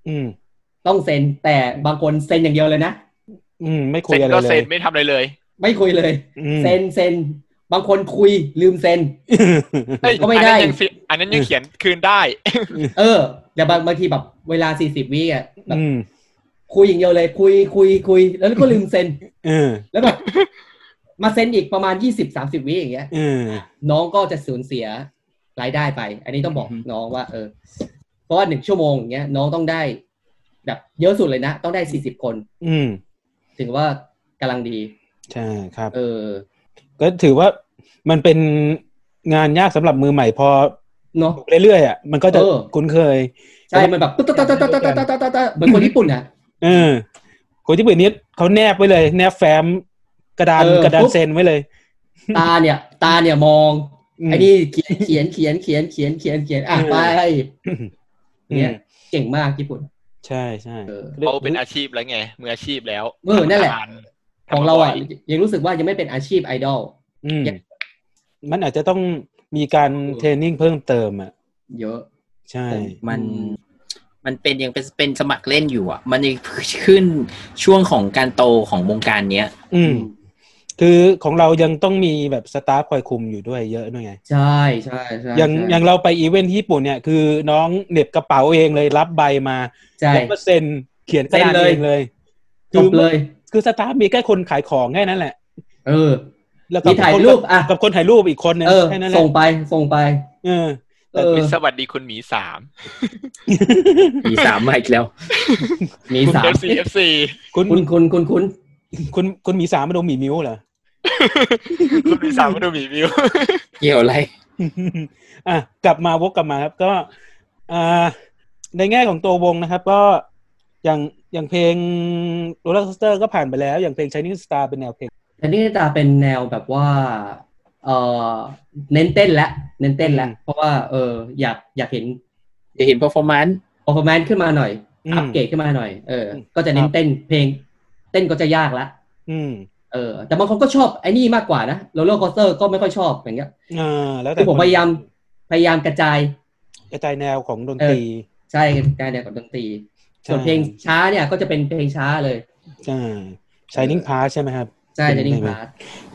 อืม ต้องเซ็นแต่บางคนเซ็นอย่างเดียวเลยนะ อืมไม่คุ เซ็ ย น อะไร ก็ เล เซ็ ย นไม่ทำอะไรเลย ไม่คุยเลย อืม เซ็นเซ็นบางคนคุยลืมเซ็น เอ้ย ก็ไม่ได้ อันนั้นยังฟิอันนั้นยังเขียนคืนได้ เออแต่บางบางทีแบบเวลาสี่สิบวิอ่ะแบบ อืม คุยอย่างเดียวเลยคุยคุยคุย แล้วก็ลืมเซ็น เออ แล้วแบบ มาเซ็นอีกประมาณยี่สิบสามสิบวิอย่างเงี้ย เออ น้องก็จะสูญเสียรายได้ไป อันนี้ต้องบอกน้องว่า เออ เพราะว่าหนึ่งชั่วโมงอย่างเงี้ย น้องต้องได้ แบบเยอะสุดเลยนะ ต้องได้สี่สิบคน อืม ถึงว่ากำลังดี ใช่ครับ เออ ก็ถือว่ามันเป็นงานยากสำหรับมือใหม่พอ เนาะ เรื่อยๆอ่ะมันก็จะ เออ คุ้นเคย ใช่ มันแบบตะตะตะตะตะตะตะตะตะตะเหมือนคนญี่ปุ่นอ่ะ เออคนที่เปิดนี้เขาแนบไว้เลย แนบแฟ้มกระดาน เออ กระดานเซ็นไว้เลย ตาเนี่ย ตาเนี่ยมอง ม ไอ้นี่เขียนเขียนเขียนเขียนเขียนเขียนเขียนอ่ะ เออ ไป อืม เนี่ย เก่งมากญี่ปุ่น ใช่ใช่ เออ เขาเป็นอาชีพแล้วไง มืออาชีพแล้ว เออนั่นแหละ ทำาทำ ของเราอ่ะ บ่ย ยังรู้สึกว่ายังไม่เป็นอาชีพไอดอล อืมมันอาจจะต้องมีการ เออ เทรนนิ่งเพิ่มเติมอ่ะ เยอะ ใช่ มัน อืม มันเป็นยังเป็นเป็นสมัครเล่นอยู่อ่ะ มันยังขึ้น ช่วงของการโตของวงการเนี้ย อืม คือของเรายังต้องมีแบบสตาฟคอยคุมอยู่ด้วยเยอะด้วยไง ใช่ใช่ใช่ อย่าง ใช่ อย่างเราไปอีเวนท์ที่ญี่ปุ่นเนี่ยคือน้องเหน็บกระเป๋าเองเลยรับใบมา ใช่ แล้วก็เซ็นเขียนกระดาน เซ็นเลย เองเลย จบเลย คือสตาฟมีแค่คนขายของแค่นั้นแหละ เออ แล้ว มี ก็ ถ่าย คน รูปอ่ะ กับคนถ่ายรูปอีกคนนึง เออ แค่นั้นแหละ ส่งไป ส่งไป เออ เออ วิสวัสดีคุณหมีสาม มีสามมาอีกแล้ว มี คุณ สาม เอฟซีเอฟซี คุณ คุณคุณคุณคุณ คุณคุณมีสามมาดูหมีมิ้วเหรอ คุณหมีสามมาดูหมีมิว เกี่ยวอะไร อ่ะกลับมาวกกลับมาครับก็อ่าในแง่ของตัววงนะครับ ก็อย่างอย่างเพลงโรลเลอร์คสเตอร์ก็ผ่านไปแล้ว อย่างเพลงช i น e สตาร์เป็นแนวเพลง แต่นี่ตาเป็นแนวแบบว่า เออเน้นเต้นและเน้นเต้นและ อืม เพราะว่า เออ อยากอยากเห็น จะเห็น performance ออฟแมนขึ้นมาหน่อย อืม อัปเกรดขึ้นมาหน่อย เออ อืม ก็จะเน้นเต้น เพลง เต้นก็จะยากละ อืม เออ แต่บางคนก็ชอบไอ้นี่มากกว่านะโรลเลอร์คอสเตอร์ก็ไม่ค่อยชอบอย่างเงี้ย อ่าแล้วแต่ คือผม น พยายาม พยายามกระจาย กระจายแนวของดนตรี ใช่กระจายแนวกับดนตรี ส่วนเพลงช้าเนี่ยก็จะเป็นเพลงช้าเลย อ่าชายนิ่งพาใช่ไหมครับ ใช่จะนิ่งพา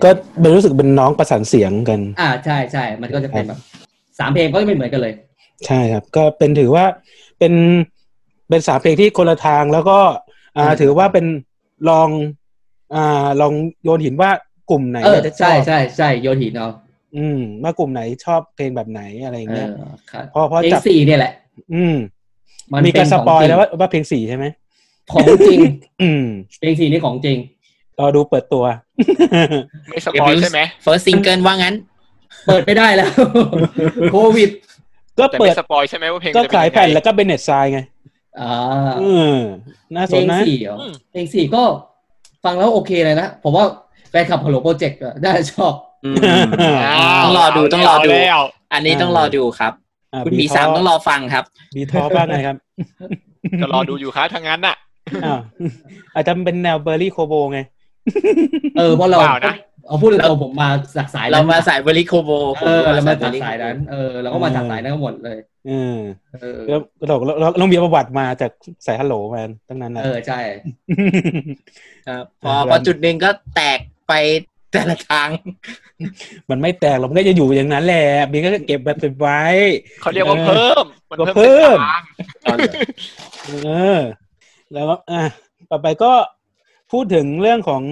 ก็เป็นรู้สึกเป็นน้องประสานเสียงกัน อ่าใช่ใช่มันก็จะเป็นแบบสามเพลงก็จะไม่เหมือนกันเลย ใช่ครับ ก็เป็นถือว่าเป็นเป็นสามเพลงที่คนละทางแล้วก็อ่า ใช่ ถือว่าเป็นลองอ่าลองโยนหินว่ากลุ่มไหน เออ จะช ใช่ อบ ใช่ใช่โยนหินเอา อืมว่ากลุ่มไหนชอบเพลงแบบไหนอะไรอย่าง เอ เงี้ย อครับ พอพอ เพลง จับ สี่เนี่ยแหละ อืม มัน มีการ เป็น ส ของ ปอย จริง แล้วว่าว่าเพลงสี่ใช่ไหม ของจริง อืม เพลงสี่นี่ของจริง รอดูเปิดตัว ไม่สปอยใช่ไหม first single ว่างั้น เปิดไม่ได้แล้ว โควิด ก็ แต่ เปิ ไม่ ด สปอยใช่ไหมว่าเพลง ก็ จะเป็น ขาย ยังไง แผ่นแล้วก็เป็นเน็ตไซด์ไง อ่า เออน่าส เพล น ง นะ สี่เหรอเพลงสี่ก็ฟังแล้วโอเคเลยนะ ผมว่าแฟนคลับฮัลโหลโปรเจกต์น่าจะชอบ ต้องรอดูต้องรอดู เาแล้ว อันนี้ต้องรอดูครับ อ่ะ คุณหมีสามต้องรอฟังครับ บีทอบ้างไงครับ จะรอดูอยู่ครับทั้งนั้นน่ะ อ้าว อาจจะเป็นแนวเบอร์รี่โคโบไง เออเพราะเรา เปล่านะ เอาพูดตรงๆผมมาจากสาย เรา นั้น มาสายบริโคโบ เออเรามาจากสายนั้นเออเราก็มาจากสายนั้นหมดเลย เออ เออ เราเราเราเรามีประวัติมาจากสายฮัลโหลแมนตั้งนั้นนะ เออใช่ ครับพอพอจุดหนึ่งก็แตกไปแต่ละทาง มันไม่แตกหรอกมันก็จะอยู่อย่างนั้นแหละมีก็เก็บแบบเก็บไว้ เขาเรียกว่าเพิ่ม มัน ก็ เพิ่ม เพิ่ เป็มนกลาง เออ แล้วก็อ่ะต่อไปก็พูดถึงเรื่องของ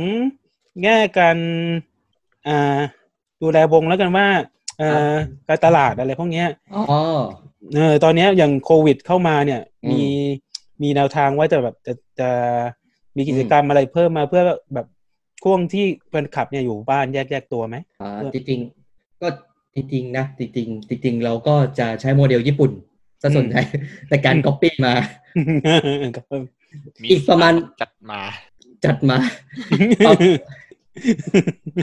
แง่การอ่าดูแลวงแล้วกันว่าเอ่อการตลาดอะไรพวกเนี้ย อ๋อ เออตอนเนี้ยอย่างโควิดเข้ามาเนี่ย อืม มีมีแนวทางว่าจะแบบจะจะมีกิจกรรมอะไรเพิ่มมาเพื่อแบบช่วงที่แฟนคลับเนี่ยอยู่บ้านแยกแยกตัวไหม อ่า เออ จริงๆก็จริงๆนะจริงๆจริงๆเราก็จะใช้โมเดลญี่ปุ่นซะส่วนใหญ่ในการ อืม copy มา ครับ อีกประมาณ จัดมา จัดมา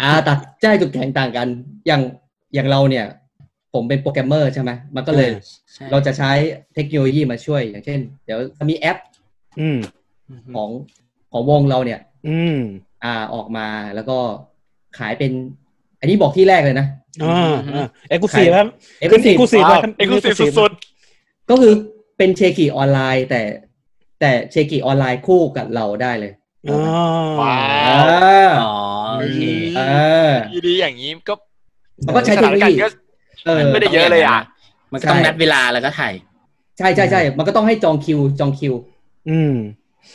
อ่าตัดใจจุดแข็งต่างกัน อย่างอย่างเราเนี่ย ผมเป็นโปรแกรมเมอร์ใช่ไหมมันก็เลย ใช่ เราจะใช้เทคโนโลยีมาช่วย อย่างเช่น เดี๋ยวจะมีแอป อืม ของของวงเราเนี่ย อืม อ่าออกมาแล้วก็ขายเป็น อันนี้บอกที่แรกเลยนะ อ่าอ่าเอ็กซ์คูซีฟครับ เอ็ก ขึ้น ซ์ สี่ร้อย เอ็กซ์คลูซีฟสุด ก็คือเป็นเชกีออนไลน์ แต่แต่เชกีออนไลน์คู่กับเราได้เลย อ๋อ ๆว้าวอ่า อ๋อโอเค เออ อยู่ดีอย่างนี้ก็ มันก็ใช้ สถานการณ์ก็ เออ ไม่ได้เยอะเลยอ่ะ มันก็ต้อง ใช่ นัดเวลาแล้วก็ถ่าย ใช่ใช่ใช่มันก็ต้องให้จองคิวจองคิว อืม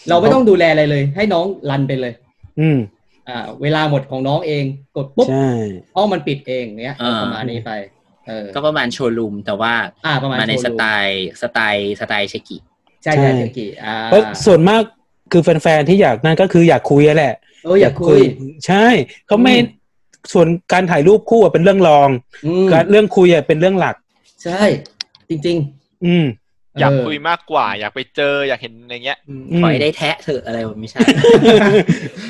เราไม่ต้องดูแลอะไรเลย ให้น้องรันไปเลย อืม อ่า เวลาหมดของน้องเองกดปุ๊บ ใช่ ห้องมันปิดเองเนี้ย อ่า ประมาณนี้ไปเออ ก็ประมาณโชว์รูมแต่ว่า อ่าประมาณ มาในส โชว์รู ไตล์สไตล์สไตล์เชกิ ใช่ใช่ ใช่ เชกีอ่า เพราะส่วนมากคือแฟนๆที่อยากนั่นก็คืออยากคุยแหละ เอออยากคุย ใช่เขาไม่ อืม ส่วนการถ่ายรูปคู่อะเป็นเรื่องรอง อืม การเรื่องคุยอะเป็นเรื่องหลัก ใช่จริง อืม ๆ อยาก เ คุยมากกว่า อยากไปเจออยากเห็นอะไรเงี้ย อืม ขอให้ได้แทะเถอะอะไรแบบไม่ใช่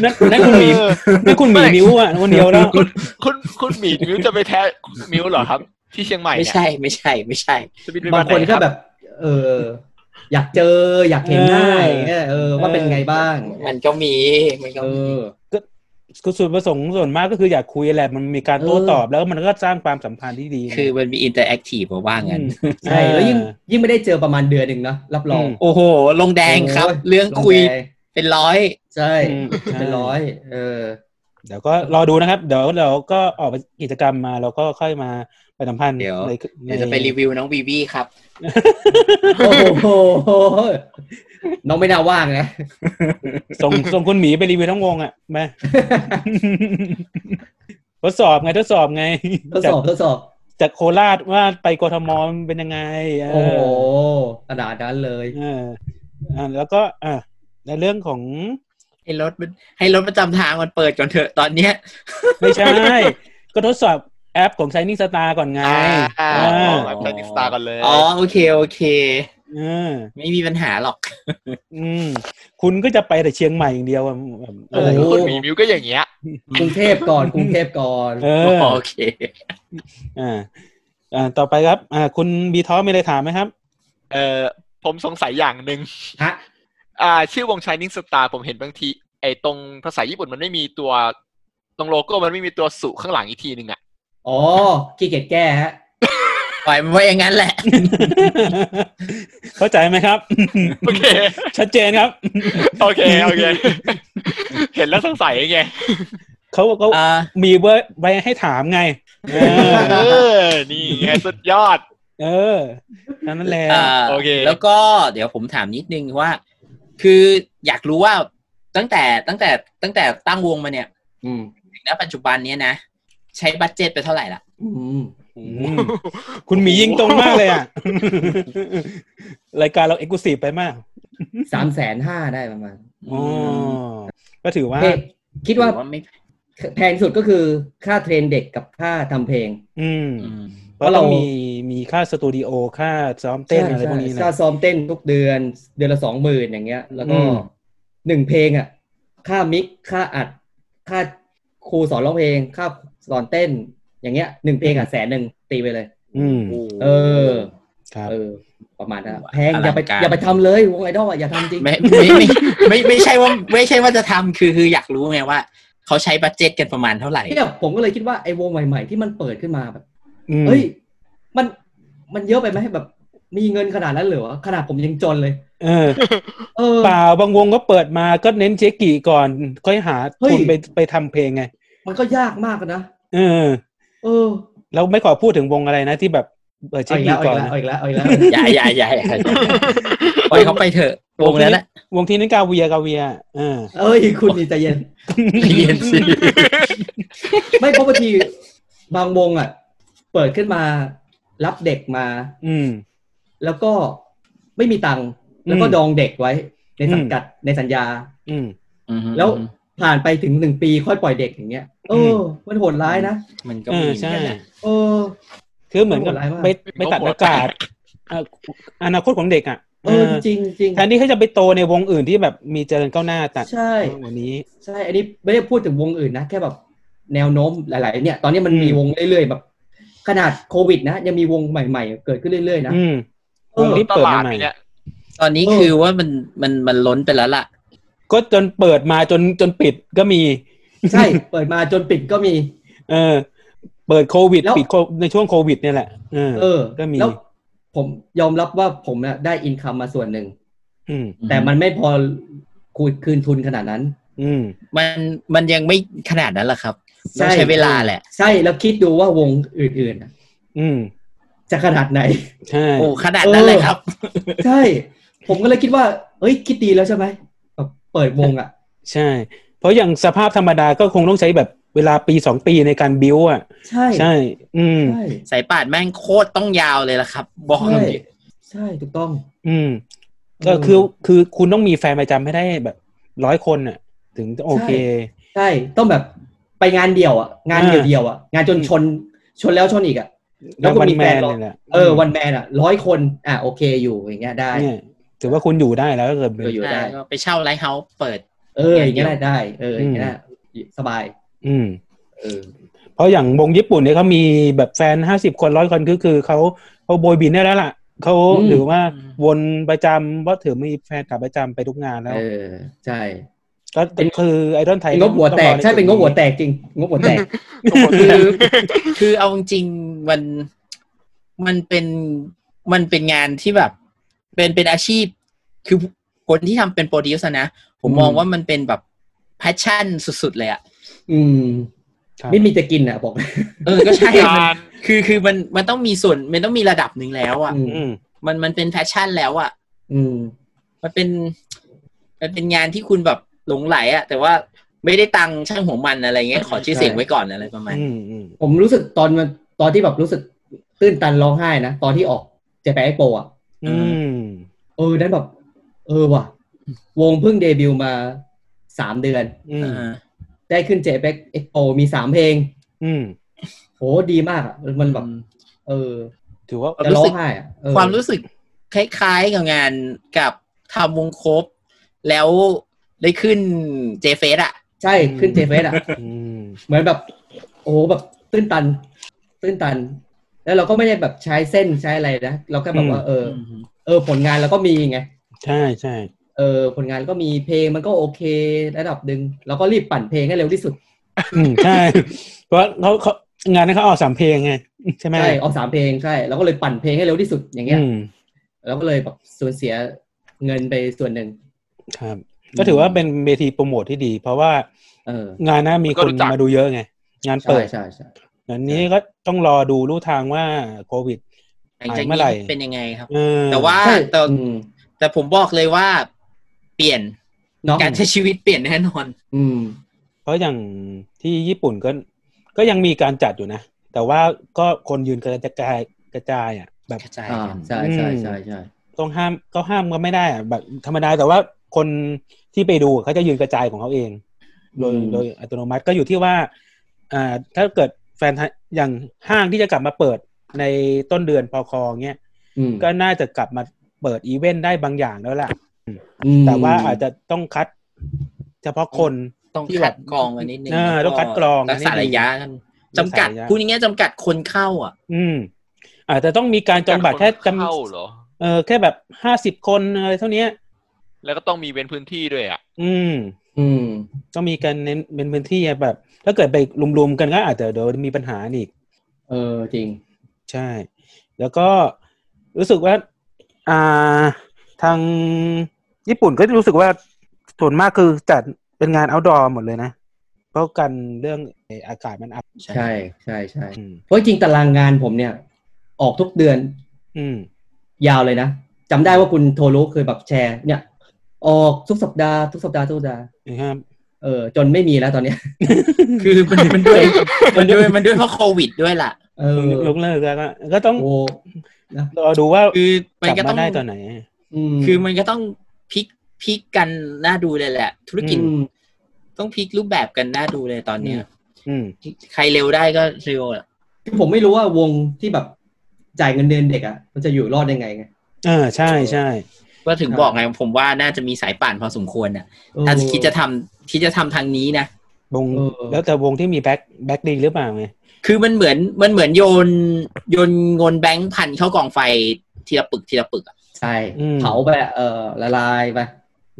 นั่นนั่นคุณหมี เออ นั่นคุณหมีนิ้วอ่ะคนเดียวแล้ว คุณคุณคุณหมีมิวจะไปแทะมิวเหรอครับ ที่เชียงใหม่ ไม่ เนี่ย ใช่ไม่ใช่ไม่ใช่ จะบิไป บางคน ไห ก็ รับ แบบ เออ อยากเจออยากเห็นหน้าอย่างเงี้ยเออว่าเป็นไงบ้าง มันก็มีมันก็ เอ มี อ คือส่วนประสงค์ส่วนมากก็คืออยากคุยแหละมันมีการโต้ตอบแล้วมันก็สร้างความสัมพันธ์ที่ดี คือมันมีอินเตอร์แอคทีฟว่างั้น ม ใช่แล้วยิ่ง เออ ยิ่งไม่ได้เจอประมาณเดือนหนึ่งเนาะรับรอง อืม โอ้โห ลงแดงครับ โย เรื่องคุย ลงแดง เป็นร้อย ใช่ อืมใช่ เป็นร้อย เออ เดี๋ยวก็รอดูนะครับ เดี๋ยวเราก็ออกกิจกรรมมาเราก็ค่อยมาประชาสัมพันธ์ เดี๋ยว ใน เดี๋ยวจะไปรีวิวน้องวีวีครับ โอ้โหน้องไม่น่าว่างนะ ส่งส่งคุณหมีไปรีวิวทั้งวงอ่ะ มา ทดสอบไงทดสอบไง ทดสอบทดสอบ จากจากโคราชว่าไปกทมมันเป็นยังไงเ โอ้โหขนาดนั้นเลย เอออ่าแล้วก็อ่าในเรื่องของ ให้รถมันให้รถประจำทางมันเปิดก่อนเถอะตอนเนี้ย ไม่ใช่ ก็ทดสอบแอปของ Shining Star ก่อนไง อ่าอ่า เออ แบบเจอดิสตาร์กันเลย อ๋อโอเคโอเค เออ ไม่มีปัญหาหรอก อืม คุณก็จะไปแต่เชียงใหม่อย่างเดียวอะแบบ เออ โโห คุณหมีมิวก็อย่างเงี้ย กรุงเทพก่อนกรุงเทพก่อน เออ โอเค อ่าอ่า ต่อไปครับ อ่า คุณบีท้อมีอะไรถามไหมครับ เออผมสงสัยอย่างหนึ่ง ฮะ อ่า ชื่อวง Shining Star ผมเห็นบางที ไอ้ตรงภาษาญี่ปุ่นมันไม่มีตัวตรงโลโก้มันไม่มีตัวสุข้างหลังอีกทีหนึ่งอ่ะ อ๋อขี้เกียจแก้ฮะ ปล่อยมันไว้อย่างนั้นแหละ เข้าใจไหมครับ โอเค ชัดเจนครับ โอเค โอเค เห็นแล้วสงสัยไง เขาก็ อ่า มีไว้ไว้ให้ถามไง เออ เออ นี่ไงสุดยอด เออนั่นแหละ อ่า โอเค แล้วก็เดี๋ยวผมถามนิดนึงว่า คืออยากรู้ว่าตั้งแต่ตั้งแต่ตั้งแต่ตั้งวงมาเนี่ย อืม ถึงณปัจจุบันเนี้ยนะ ใช้บัตเจ็ตไปเท่าไหร่ละ อืม อืมคุณหมียิงตรงมากเลยอ่ะ รายการเราเอ็กซ์คลูซีฟไปมาก สามแสนห้าได้ประมาณ อ๋อก็ถือว่า เพลงคิดว่า หรือว่าไม่ แพงสุดก็คือค่าเทรนเด็กกับค่าทำเพลง อืม อืม เพราะเรา เพราะเรามี มีมีค่าสตูดิโอค่าซ้อมเต้นอะไรพวกนี้ ใช่ นะ ค่าซ้อมเต้นทุกเดือนเดือนละสองหมื่นอย่างเงี้ย แล้วก็หนึ่งเพลงอ่ะ ค่ามิกซ์ค่าอัด ค่าครูสอนร้องเพลง ค่าสอนเต้น อย่างเงี้ยหนึ่งเพลงอ่ะแสนหนึ่งตีไปเลย อืม เออ ครับ เออ ประมาณนั้นแพงอย่าไปอย่าไปทำเลยวงไอดอลอ่ะอย่าทำจริง ไม่ไม่ไม่ไม่ไม่ใช่ว่าไม่ใช่ว่าจะทำคือคืออยากรู้ไงว่า เขาใช้บัตเจ็ตกันประมาณเท่าไหร่ เนี่ยผมก็เลยคิดว่าไอวงใหม่ๆ ที่มันเปิดขึ้นมาแบบ อืม เฮ้ย มันมันเยอะไปไหมแบบ มีเงินขนาดนั้นเหรอวะขนาดผมยังจนเลย เออ เออ เปล่าบางวงก็เปิดมาก็เน้นเจ๊กี่ก่อนค่อยหา เฮ้ย ทุนไปไปทำเพลงไง มันก็ยากมากนะ เออ เออ เราไม่ขอพูดถึงวงอะไรนะที่แบบเปิดเจ๊ เอาอีกแล้ กี่ก่อวเอานนะอีกแล้วเอาอีกแล้วเอาอีกแล้ว อย่าอย่าอย่าอย่าปล่อยเขาไปเถอะวงนั้นแหละ วงที่นั่นกาเวียกาเวียเออ เอ้ยคุณนี่ใจเย็น เรียนสิ ไม่เพราะบางทีบางวงอ่ะ เปิดขึ้นมารับเด็กมา อืม แล้วก็ไม่มีตังค์แล้วก็ดองเด็กไว้ ในสังกัดในสัญญา อืม แล้วผ่านไปถึงหนึ่งปีค่อยปล่อยเด็กอย่างเงี้ยเออมันโหดร้ายนะ มันก็ เอ มี อใช่ เออ คือเหมือนกับ โหดร้ายมาก ไปไปตัดอากาศเอ่ออนาคตของเด็กอ่ะ เออจริงจริง แทนที่เขาจะไปโตในวงอื่นที่แบบมีเจริญก้าวหน้าแต่ ใช่ วันนี้ ใช่ อันนี้ไม่ได้พูดถึงวงอื่นนะ แค่แบบแนวโน้มหลาย ๆ เนี่ย ตอนนี้มันมี อืม วงเรื่อย ๆ แบบ ขนาดโควิดนะ ยังมีวงใหม่ ๆ เกิดขึ้นเรื่อย ๆ นะ อืม เออ วงที่ ต เปิด ลา มา ด ใหม่ เนี่ย ตอนนี้คือว่ามันมันมันล้นไปแล้วล่ะ ก็จนเปิดมาจนจนปิดก็มี ใช่ เปิดมาจนปิดก็มี เออ เปิดโควิด แล้ว ปิดโคในช่วงโควิดเนี่ยแหละเออ เออ ก็มี แล้วผมยอมรับว่าผมน่ะได้อินคัมมาส่วนหนึ่ง อืม แต่มันไม่พอคูณคืนทุนขนาดนั้น อืม มันมันยังไม่ขนาดนั้นหรอกครับต้องใช้เวลาแหละ ใช่แล้วคิดดูว่าวงอื่นๆน่ะ อืม จะขนาดไห น ใช่ โอ้ขนาดนั้นเลยครับ ใช่ ผมก็เลยคิดว่า เฮ้ย คิดดีแล้วใช่ไหมแบบเปิดวงอ่ะ ใช่ เพราะอย่างสภาพธรรมดาก็คงต้องใช้แบบเวลาปีสองปีในการบิวอ่ะ ใช่ ใช่ อืม ใช่ สายป่านแม่งโคตรต้องยาวเลยล่ะครับ บอกเล ใช่ ย ใช่ถูกต้อง อืม เอ ก็ อ คือคือคุณต้องมีแฟนประจำให้ได้แบบร้อยคนอ่ะ ถึงจะโอเค ใช่ ใช่ต้องแบบไปงานเดียวอ่ะ งานเดียว อ่า เดียวๆอ่ะ งานจนชนชนแล้วชนอีกอ่ะ แล้วก็ วั มีแฟน เลยแหละ เออวันแมนอ่ะร้อยคน อ่ะโอเคอยู่อย่างเงี้ยได้ เนี่ยถือว่าคุณอยู่ได้แล้วก็เกิดเป็น อยู่ได้ ใช่ก็ไปเช่าไลท์เฮาส์เปิด เอออย่างเงี้ยได้ได้เอออย่างเงี้ยได้สบาย อืม เออ เพราะอย่างวงญี่ปุ่นเนี่ยเขามีแบบแฟนห้าสิบคนร้อยคนก็คือเขาเขาโบยบินได้แล้วล่ะเขาหรือว่า อืม วนประจำว่าถือมีแฟนขาประจำไปทุกงานแล้ว เออใช่ ก็ เป็น คือไอดอลไทย เป็นงบหัวแตกใช่เป็นงบหัวแตกจริงงบหัวแตก คือคือเอาจริงๆมันมันเป็นมันเป็นงานที่แบบ เป็นเป็นอาชีพ คือคนที่ทำเป็นโปรดิวซ์นะ ผมมอง อืม ว่ามันเป็นแบบแพชชั่นสุด ๆ เลยอะ อืม ไม่ ไม่มีจะกินอ่ะบอก เออก็ใช่ มัน การ คือคือมันมันต้องมีส่วนมันต้องมีระดับหนึ่งแล้วอะ อืม อืม มันมันเป็นแพชชั่นแล้วอะ อืม มันเป็น มันเป็นงานที่คุณแบบหลงไหลอะแต่ว่าไม่ได้ตังค์ช่างหัวมันอะไรเงี้ยขอชื่อเสียงไว้ก่อนอะไรประมาณ อื นี้ มอืม ผมรู้สึกตอนมันตอนที่แบบรู้สึกตื้นตันร้องไห้นะตอนที่ออกเจแปนเอ็กโปอ่ะ อืม เออนั้นแบบ เออว่ะ วงเพิ่งเดบิวต์มาสามเดือน อืม อ่า ได้ขึ้นเจ p ป g เอ็กโปมีสามเพลง อืม โหดีมากอ่ะ มันแบบ เออ ถือว่า ความ จะ รู้ ร้อ สึ ง ก ไห้อ่ะเออ ความรู้สึกคล้ายๆกับงานกับทำวงครบ แล้วได้ขึ้นเจเฟสอะ ใช่ขึ้นเจ p ป g อ่ะ อืม เหมือนแบบ โอ้โหแบบตื้นตัน ตื้นตัน แล้วเราก็ไม่ได้แบบใช้เส้นใช้อะไรนะ เราก็แบบว่า เออ เออ ผลงานเราก็มีไง ใช่ใช่ เออ ผลงานเราก็มีเพลงมันก็โอเค ระดับหนึ่งเราก็รีบปั่นเพลงให้เร็วที่สุด อืมใช่ เพราะเขาเขางานนั้นเขาออกสามเพลงไงใช่ไหม ใช่ออกสามเพลงใช่เราก็เลยปั่นเพลงให้เร็วที่สุดอย่างเงี้ย อืม แล้วก็เลยแบบสูญเสียเงินไปส่วนหนึ่ง ครับ ก็ถือว่าเป็นเวทีโปรโมทที่ดี เพราะว่า เออ งานหน้ามีคนมาดูเยอะไง งาน ใช่ เปิด ใช่ใช่ อันนี้ก็ต้องรอดูลู่ทางว่าโควิด หลังจาก หายเมื่อไหร่ นี้เป็นยังไงครับ เออ แต่ว่า ใช่ แต่ อืม แต่ผมบอกเลยว่า เปลี่ยน เนาะ การใช้ชีวิตเปลี่ยนแน่นอน อืม เพราะอย่างที่ญี่ปุ่นก็ก็ยังมีการจัดอยู่นะ แต่ว่าก็คนยืนกระจายกระจายอ่ะ แบบ กระจาย อ่า กัน ใช่ใช่ใช่ใช่ ต้องห้ามก็ห้ามก็ไม่ได้อ่ะแบบธรรมดาแต่ว่าคนที่ไปดูเขาจะยืนกระจายของเขาเอง โดยโดยอัตโนมัติก็อยู่ที่ว่าอ่าถ้าเกิดแฟนไทยอย่างห้างที่จะกลับมาเปิดในต้นเดือนพอคอเงี้ย อืม ก็น่าจะกลับมาเปิดอีเวนต์ได้บางอย่างแล้วล่ะ อืม แต่ว่าอาจจะต้องคัดเฉพาะคน ต้อง ที่แบ คั บ ดกรองกันนิดนึง เออ แล้ว ต้องคัดกรอง รักษา นิดนึง ระยะกันจำกัด รักษาระยะ พูดง่ายๆจำกัดคนเข้าอ่ะ อืม อาจจะต้องมีการจำบัตรแค่จ เข้าเหรอ ำเออแค่แบบห้าสิบคนอะไรเท่าเนี้ย แล้วก็ต้องมีเว้นพื้นที่ด้วยอ่ะ อืม อืม ต้องมีการเน้นเป็นพื้นที่แบบ ถ้าเกิดไปรวมๆกันก็อาจจะเดี๋ยวมีปัญหาอีก เออจริง ใช่ แล้วก็รู้สึกว่า อ่า ทางญี่ปุ่นก็รู้สึกว่าส่วนมากคือจัดเป็นงาน outdoor หมดเลยนะ เพราะกันเรื่องเอ่ออากาศมันอับ ใช่ใช่ใช่ อืม เพราะจริงตารางงานผมเนี่ย ออกทุกเดือน อืม ยาวเลยนะจำได้ว่าคุณโทรุเคยแบบแชร์ เนี่ย ออกทุกสัปดาห์ทุกสัปดาห์ทุกสัปดาห์ นะครับ เออจนไม่มีแล้วตอนเนี้ย คือมันมันด้วยมันด้วยมันด้วยเพราะโควิดด้วยล่ะ เออ ลงเลิกแล้วก็ก็ต้อง โอ้นะ รอดูว่า คือมัน กลับ ก็ต้อมาง ได้ตอนไหน อืม คือมันก็ต้องพลิกพลิกกันน่าดูเลยแหละ ธุรกิจ อืม ต้องพลิกรูปแบบกันน่าดูเลยตอนเนี้ย อืม ใครเร็วได้ก็เร็วอะ คือผมไม่รู้ว่าวงที่แบบจ่ายเงินเดือนเด็กอ่ะมันจะอยู่รอดยังไงไง เออ ใช่ใช่ ก็ถึงบอกไงผมว่าน่าจะมีสายป่านพอสมควรอ่ะ ถ้าคิดจะทำคิดจะทำทางนี้นะ วง เออ แล้วแต่วงที่มีแบ็คแบ็คดีหรือเปล่าไง คือมันเหมือนมันเหมือนโยนโยนเงินแบงค์พันเข้ากองไฟทีละปึกทีละปึกอะ ใช่ อืม เผาไปเออละลายไป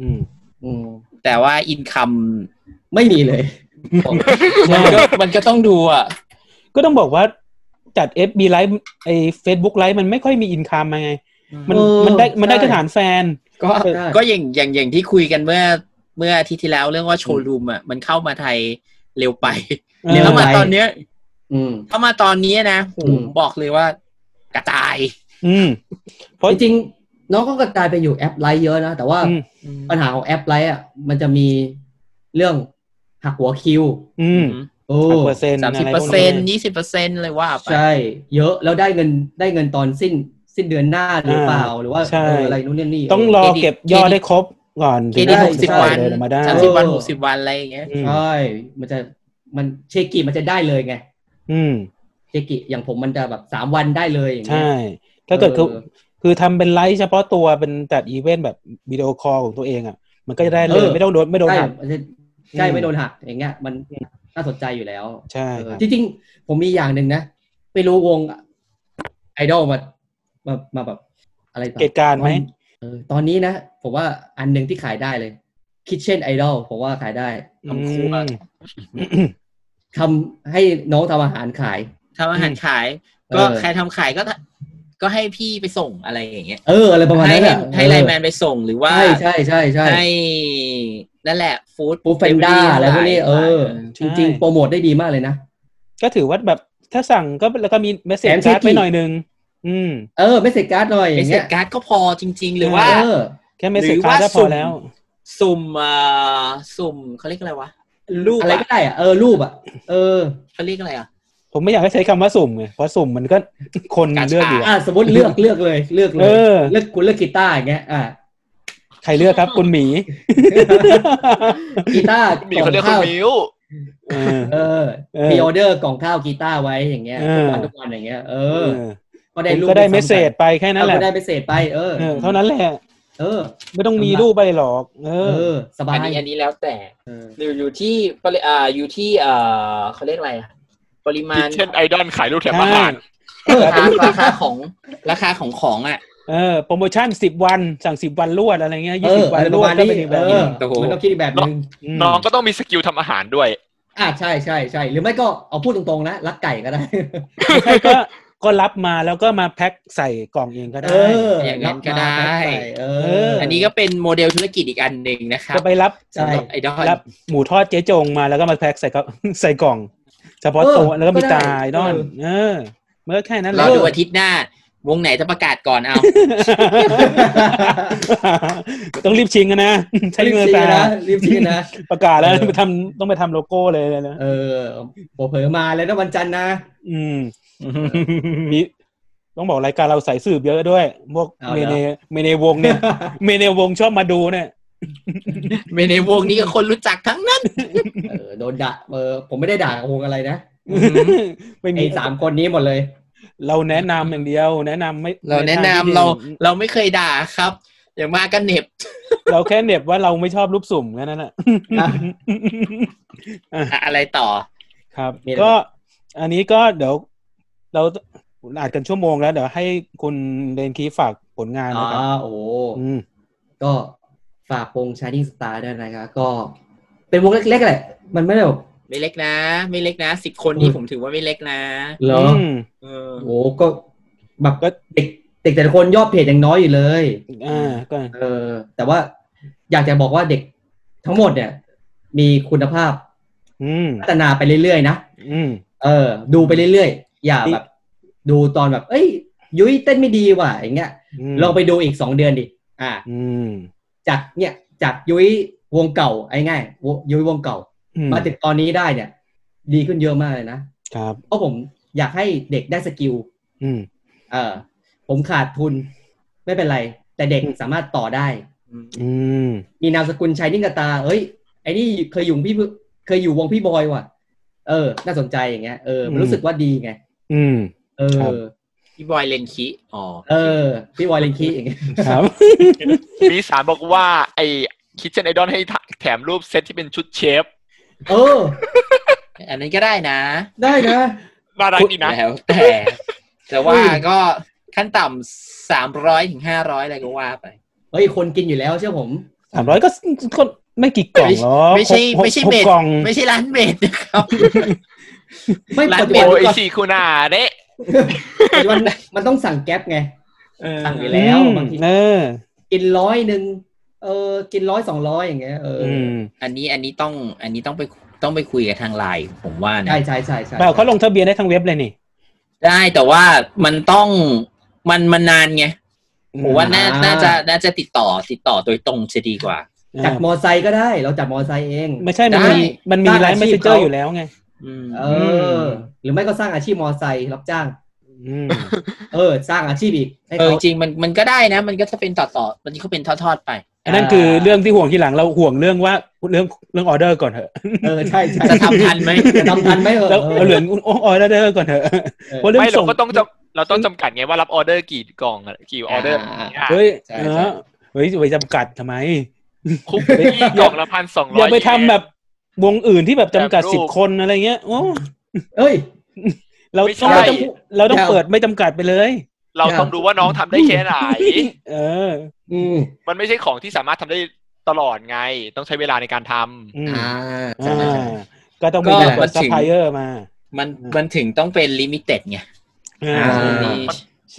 อืม อืม แต่ว่าอินคัม ไม่มีเลย ใช่ มันก็ต้องดูอ่ะ ก็ต้องบอกว่าจัด FB ไลฟ์ไอ้ Facebook ไลฟ์มันไม่ค่อยมีอินคามมาไง มัน เออ มันได้มันได้ ใช่ แค่ฐานแฟน ก็ได้ ก็อย่างอย่างอย่างที่คุยกันเมื่อเมื่ออาทิตย์ที่แล้วเรื่องว่าโชว์รูมอ่ะมันเข้ามาไทยเร็วไป เออ ถ้ามาตอนเนี้ย อืม ถ้ามาตอนนี้นะโห อืม บอกเลยว่ากระจาย อืม เพราะ จริงๆน้องก็กระจายไปอยู่แอปไลท์เยอะนะ แต่ว่า อืม ปัญหาของแอปไลท์อ่ะมันจะมีเรื่องหักหัวคิว อืม โอ้ เปอร์เซ็นต์ สามสิบเปอร์เซ็นต์ยี่สิบเปอร์เซ็นต์เลยว่าไป ใช่ เยอะแล้วได้เงินได้เงินตอนสิ้นสิ้นเดือนหน้าหรือเปล่าหรือว่าเอออะไรนู่นนี่นี่ ต้องรอเก็บยอดได้ครบก่อน เค ถึง ดี จะ หกสิบ ใช่ ปล่ วั อย น เดินออกมาได้ สามสิบวัน เออ หกสิบวันอะไรอย่างเงี้ย อืม ใช่ มันจะมันเชกิมันจะได้เลยไง อืม เชกิอย่างผมมันจะแบบสามวันได้เลยอย่างเงี้ ใช่ ย ถ้าเกิดคือ เออ คือทำเป็นไลฟ์เฉพาะตัวเป็นจัดอีเวนต์แบบวิดีโอคอลของตัวเองอ่ะ มันก็จะได้เล เอย อ ไม่ต้องโดนไม่โดน ใช่ หัก มันจะใช่ อืม ไม่โดนหักอย่างเงี้ย มันน่าสนใจอยู่แล้ว ใช่ เออ ครับ จริงๆ ผมมีอย่างหนึ่งนะ ไม่รู้วงไอดอลมามามาแบบ อะไรแบบ เกตการณ์ไหม เออตอนนี้นะ ผมว่าอันหนึ่งที่ขายได้เลยคิ t เช่นไอดอลผมว่าขายได้ ทำครัว อืม ทำให้น้องทำอาหารขาย ทำอาหารขาย ก็ เออ ใครทำขายก็ทำก็ให้พี่ไปส่งอะไรอย่างเงี้ย เออ อะไรประมาณ ให้ นั้นอะ ให้ไลน์แมนไปส่งหรือว่า ใช่ใช่ใช่ใช่ ให้นั่นแหละฟู้ด Food Panda อะไรพวกนี้เออ ใช่ จริง ๆ โปรโมทได้ดีมากเลยนะ ก็ถือว่าแบบถ้าสั่งก็แล้วก็มีเมสเซจ แถมเช็ค การ์ดไป อีก หน่อยนึง อืม เออ ไม่เสร็จการ์ดหน่อยอ ไป ย่าง เสร็ เงี้ จ ย การ์ดก็พอจริง ๆ หรือว่า เออ แค่เมส ห เซ รื จ อ การ์ดก็ ว่า พ สุ่ อ ม แล้ว สุ่มเอ่อสุ่มเขาเรียกอะไรวะรูป อะไรก็ได้อะเออรูปอะเออ เขาเรียกอะไรอ่ะ ผมไม่อยากให้ใช้คำว่าสุ่มไงเพราะสุ่มมันก็ คน การ์ด เลือกอยู่ อ่ะ อะ สมมติเลือกเลือกเลยเลือกเล เอย อ เลือกคุณเลือกกีตาร์อย่างเงี้ย อ่ะ ใครเลือกครับ คุณหมี กีตาร์ คุณหมีเขาเรียกคุณมิว เออ เออ เออ มีออเดอร์กล่องข้าวกีตาร์ไว้อย่างเงี้ย เออทุกวันทุกวันอย่างเงี้ยเอ เอ อ อ ก็ได้รูป ก็ได้เมสเซจไปแค่ เอ นั้ อน แหละ ก็ได้เมสเซจไปเออ เออเท่านั้นแหละ เออ ไม่ต้องมี สำหรับ รูปไปหรอก เอ เอ อ อ สบา อั ย นนี้อันนี้แล้วแต่ เออ อยู่อยู่ที่ปริอ่าอยู่ที่เอ่อเขาเรียกอะไรอ่ะปริมา คิ ณ เช่นไอดอลขายรูปแถมอาหาร เออ ราคาราคาของราคาของของอ่ะ เออโปรโมชั่นสิบวันสั่งสิบวันรวดอะไรเงี้ย เอ ยี่สิ อบ วั อะ น ไร ร ประ วด มาณ ก็ นี้ เป็นอีก เอ แบบ อ หนึ่งโอ้โห มันต้องคิดอีกแบบหนึ่ง ม น้องก็ต้องมีสกิลทำอาหารด้วย อ่ะใช่ใช่ใช่หรือไม่ก็เอาพูดตรงๆนะรักไก่ก็ได้ ใช่ก็ก็รับมาแล้วก็มาแพ็คใส่กล่องเองก็ เอ ได้ อ อ อย่าง นั้นก็ได้เเออ อั อั นนี้ก็เป็นโมเดลธุรกิจอีกอันหนึ่งนะครับ จะไปรับ ใช่ สำหรับไอดอล รับหมูทอดเจ๊จงมาแล้วก็มาแพ็คใส่กระ ใส่กล่อง เฉพาะ เออ ตัวแล้วก็มี ก็ได้ ตายนอน เอเอออเมื่อแค่นั้นแห รอ ละ ดูอาทิตย์หน้า วงไหนจะประกาศก่อนเอา ต้องรีบชิงกันนะ ใช้ รีบ เงิน ชี้ ตา นะรีบชี้นะ ประกาศแล้ว เออ ไปทำต้องไปทำโลโก้เลยนะ เออผมเผลอมาแล้วนะวันจันทร์นะ อืมมีต้องบอกรายการเราสายสืบเยอะด้วยพวก เอา เม เหรอ เนเมเนวงเนี่ย เมเนวงชอบมาดูเนี่ย เมในวงนี้ก็คนรู้จักทั้งนั้น เออโดนด่าเออผมไม่ได้ด่ากับวงอะไรนะ ไม่มี ไอ้สามคนนี้หมดเลย เราแนะนำอย่างเดียว แนะนำไม่ เราแนะนำ ใทงที่ เรา ดี เราไม่เคยด่าครับ อย่างมากก็เหน็บ เราแค่เหน็บว่าเราไม่ชอบรูปสุ่มแค่นั้นแหละ อ่ะ อะอะไรต่อ ครับ มีอะไร ก็อันนี้ก็เดี๋ยวเราอาจกันชั่วโมงแล้วเดี๋ยวให้คุณเดนคีฝากผลงาน อ๋อ นะครับ โอ้ อืม ก็ฝากวง Shining Star ด้วยนะครับก็เป็นวงเล็กๆแหละ มันไม่ได้แบบ ไม่เล็กนะ ไม่เล็กนะสิบคนนี่ผมถือว่าไม่เล็กนะ เหรอ อืม เออ โอ้โหก็แบบ ก็ เด็กเด็กแต่ละคนยอดเพจยังน้อยอยู่เลย อ่าก็ เออแต่ว่าอยากจะบอกว่าเด็กทั้งหมดเนี่ย มีคุณภาพ อืม พัฒนาไปเรื่อยๆนะ อืม เออ ดูไปเรื่อยๆ อย่าแบบ ดูตอนแบบ เอ้ย ยุ้ยเต้นไม่ดีว่ะอย่างเงี้ย ม ลองไปดูอีกสองเดือนดิอ่า อืม จากเนี่ยจากยุ้ยวงเก่าไอ้ง่ายวงยุ้ยวงเก่า อื มาถึงตอนนี้ได้เนี่ย ดีขึ้นเยอะมากเลยนะครับ เพราะผมอยากให้เด็กได้สกิล อืม เออ ผมขาดทุน ไม่เป็นไร แต่เด็ก อืม สามารถต่อได้ อืม มีนามสกุลชัยนิ่งกบตา เอ้ย ไอ้นี่เคยอยู่พี่เคยอยู่วงพี่บอยว่ะ เออ น่าสนใจอย่างเงี้ย เออ มันรู้สึกว่าดีไง อืม เอ ครับ อ พี่บอยเลนคิอ๋อ เออ พี่วอยเลนคีอย่างเงี้ย ครับ มีสารบอกว่า ไอ้คิทเชนไอดอลให้แถมรูปเซตที่เป็นชุดเชฟ เออ อันนั้นก็ได้นะ ได้นะ น่ารักดีนะ แล้วแต่แต่ว่าก็ขั้นต่ำสามร้อยถึงห้าร้อยอะไรก็ว่าไป เฮ้ย คนกินอยู่แล้วเชื่อผม สามร้อยก็ก็ไม่กี่กล่องหรอ ไม่ใช่ หกหก ไม่ใช่ หก เบ็ด กล่อง ไม่ใช่ร้านเบดนะครับ ไม่ ร้าน ปัจจุ เบ บั น น โอ้ย ก่อน สีคูนาเด้ ปัจจุบันมันต้องสั่งแก๊ปไง สั่งอยู่แล้ว บางที เออ กินร้อยหนึ่งเออ กินร้อยสองร้อยอย่างเงี้ยเออ อืม อันนี้อันนี้ต้องอันนี้ต้องไปต้องไปคุยกับทางไลน์ผมว่านะ ใช่ใช่ใช่ใช่ เปล่าเขาลงทะเบียนได้ทางเว็บเลยนี่ ได้แต่ว่ามันต้องมันมันนานไงผมว่าน่าน่าจะน่าจะติดต่อติดต่อโดยตรงจะดีกว่า จัด อ่าม อไซค์ก็ได้ เราจัดมอไซค์เอง ไม่ใช่มันมี ได้ มันมี สร้าง ไลน์เม อา ส ชี เซ พ นเจอ เขา ร์อยู่แล้วไง อืม เอ ม อ หรือไม่ก็สร้างอาชีพมอไซค์รับจ้าง อืม เออ สร้างอาชีพอีกให้ เออ เขา จริงมันมันก็ได้นะ มันก็จะเป็นต่อต่อมันก็เป็นทอดๆไป อันนั้นคือเรื่องที่ห่วงทีหลังเราห่วงเรื่องว่าเรื่องเรื่องออเดอร์ก่อนเถอะ เออ ใช่ใช่ จะทำทันไหม จะทำทันไหมเออ แล้ว เอ เรา อ เหลืองออเดอร์ก่อนเถอะ เออ เพราะเรื่อง ไม่เรา ส่ง ก็ต้องจำเราต้องจำกัดไงว่ารับออเดอร์กี่กล่องอะกี่ออเดอร์ อ่า เนี่ย เฮ้ย ใช่ เอ ใช่ อเฮ้ยไปจำกัดทำไม คุกกี้กล่องละพันสองร้ อ อย ย่าไปทำแบบวงอื่นที่แบบจำกัด แบบรูป สิบคนอะไรเงี้ยโอ้ เอ้ย เรา ไม่ใช่ ต้องเราต้องเราต้อง อย่า เปิดไม่จำกัดไปเลย เราต้องดูว่าน้องทำได้แค่ไหน เออ อืม มันไม่ใช่ของที่สามารถทำได้ตลอดไง ต้องใช้เวลาในการทำ อืม อ่า อ่าก็ต้องมี ก็ การเปิด มัน ซัพ ถึง พลายเออร์มา มันมันถึงต้องเป็นลิมิเต็ดไง อ่า า อันนี้ ใ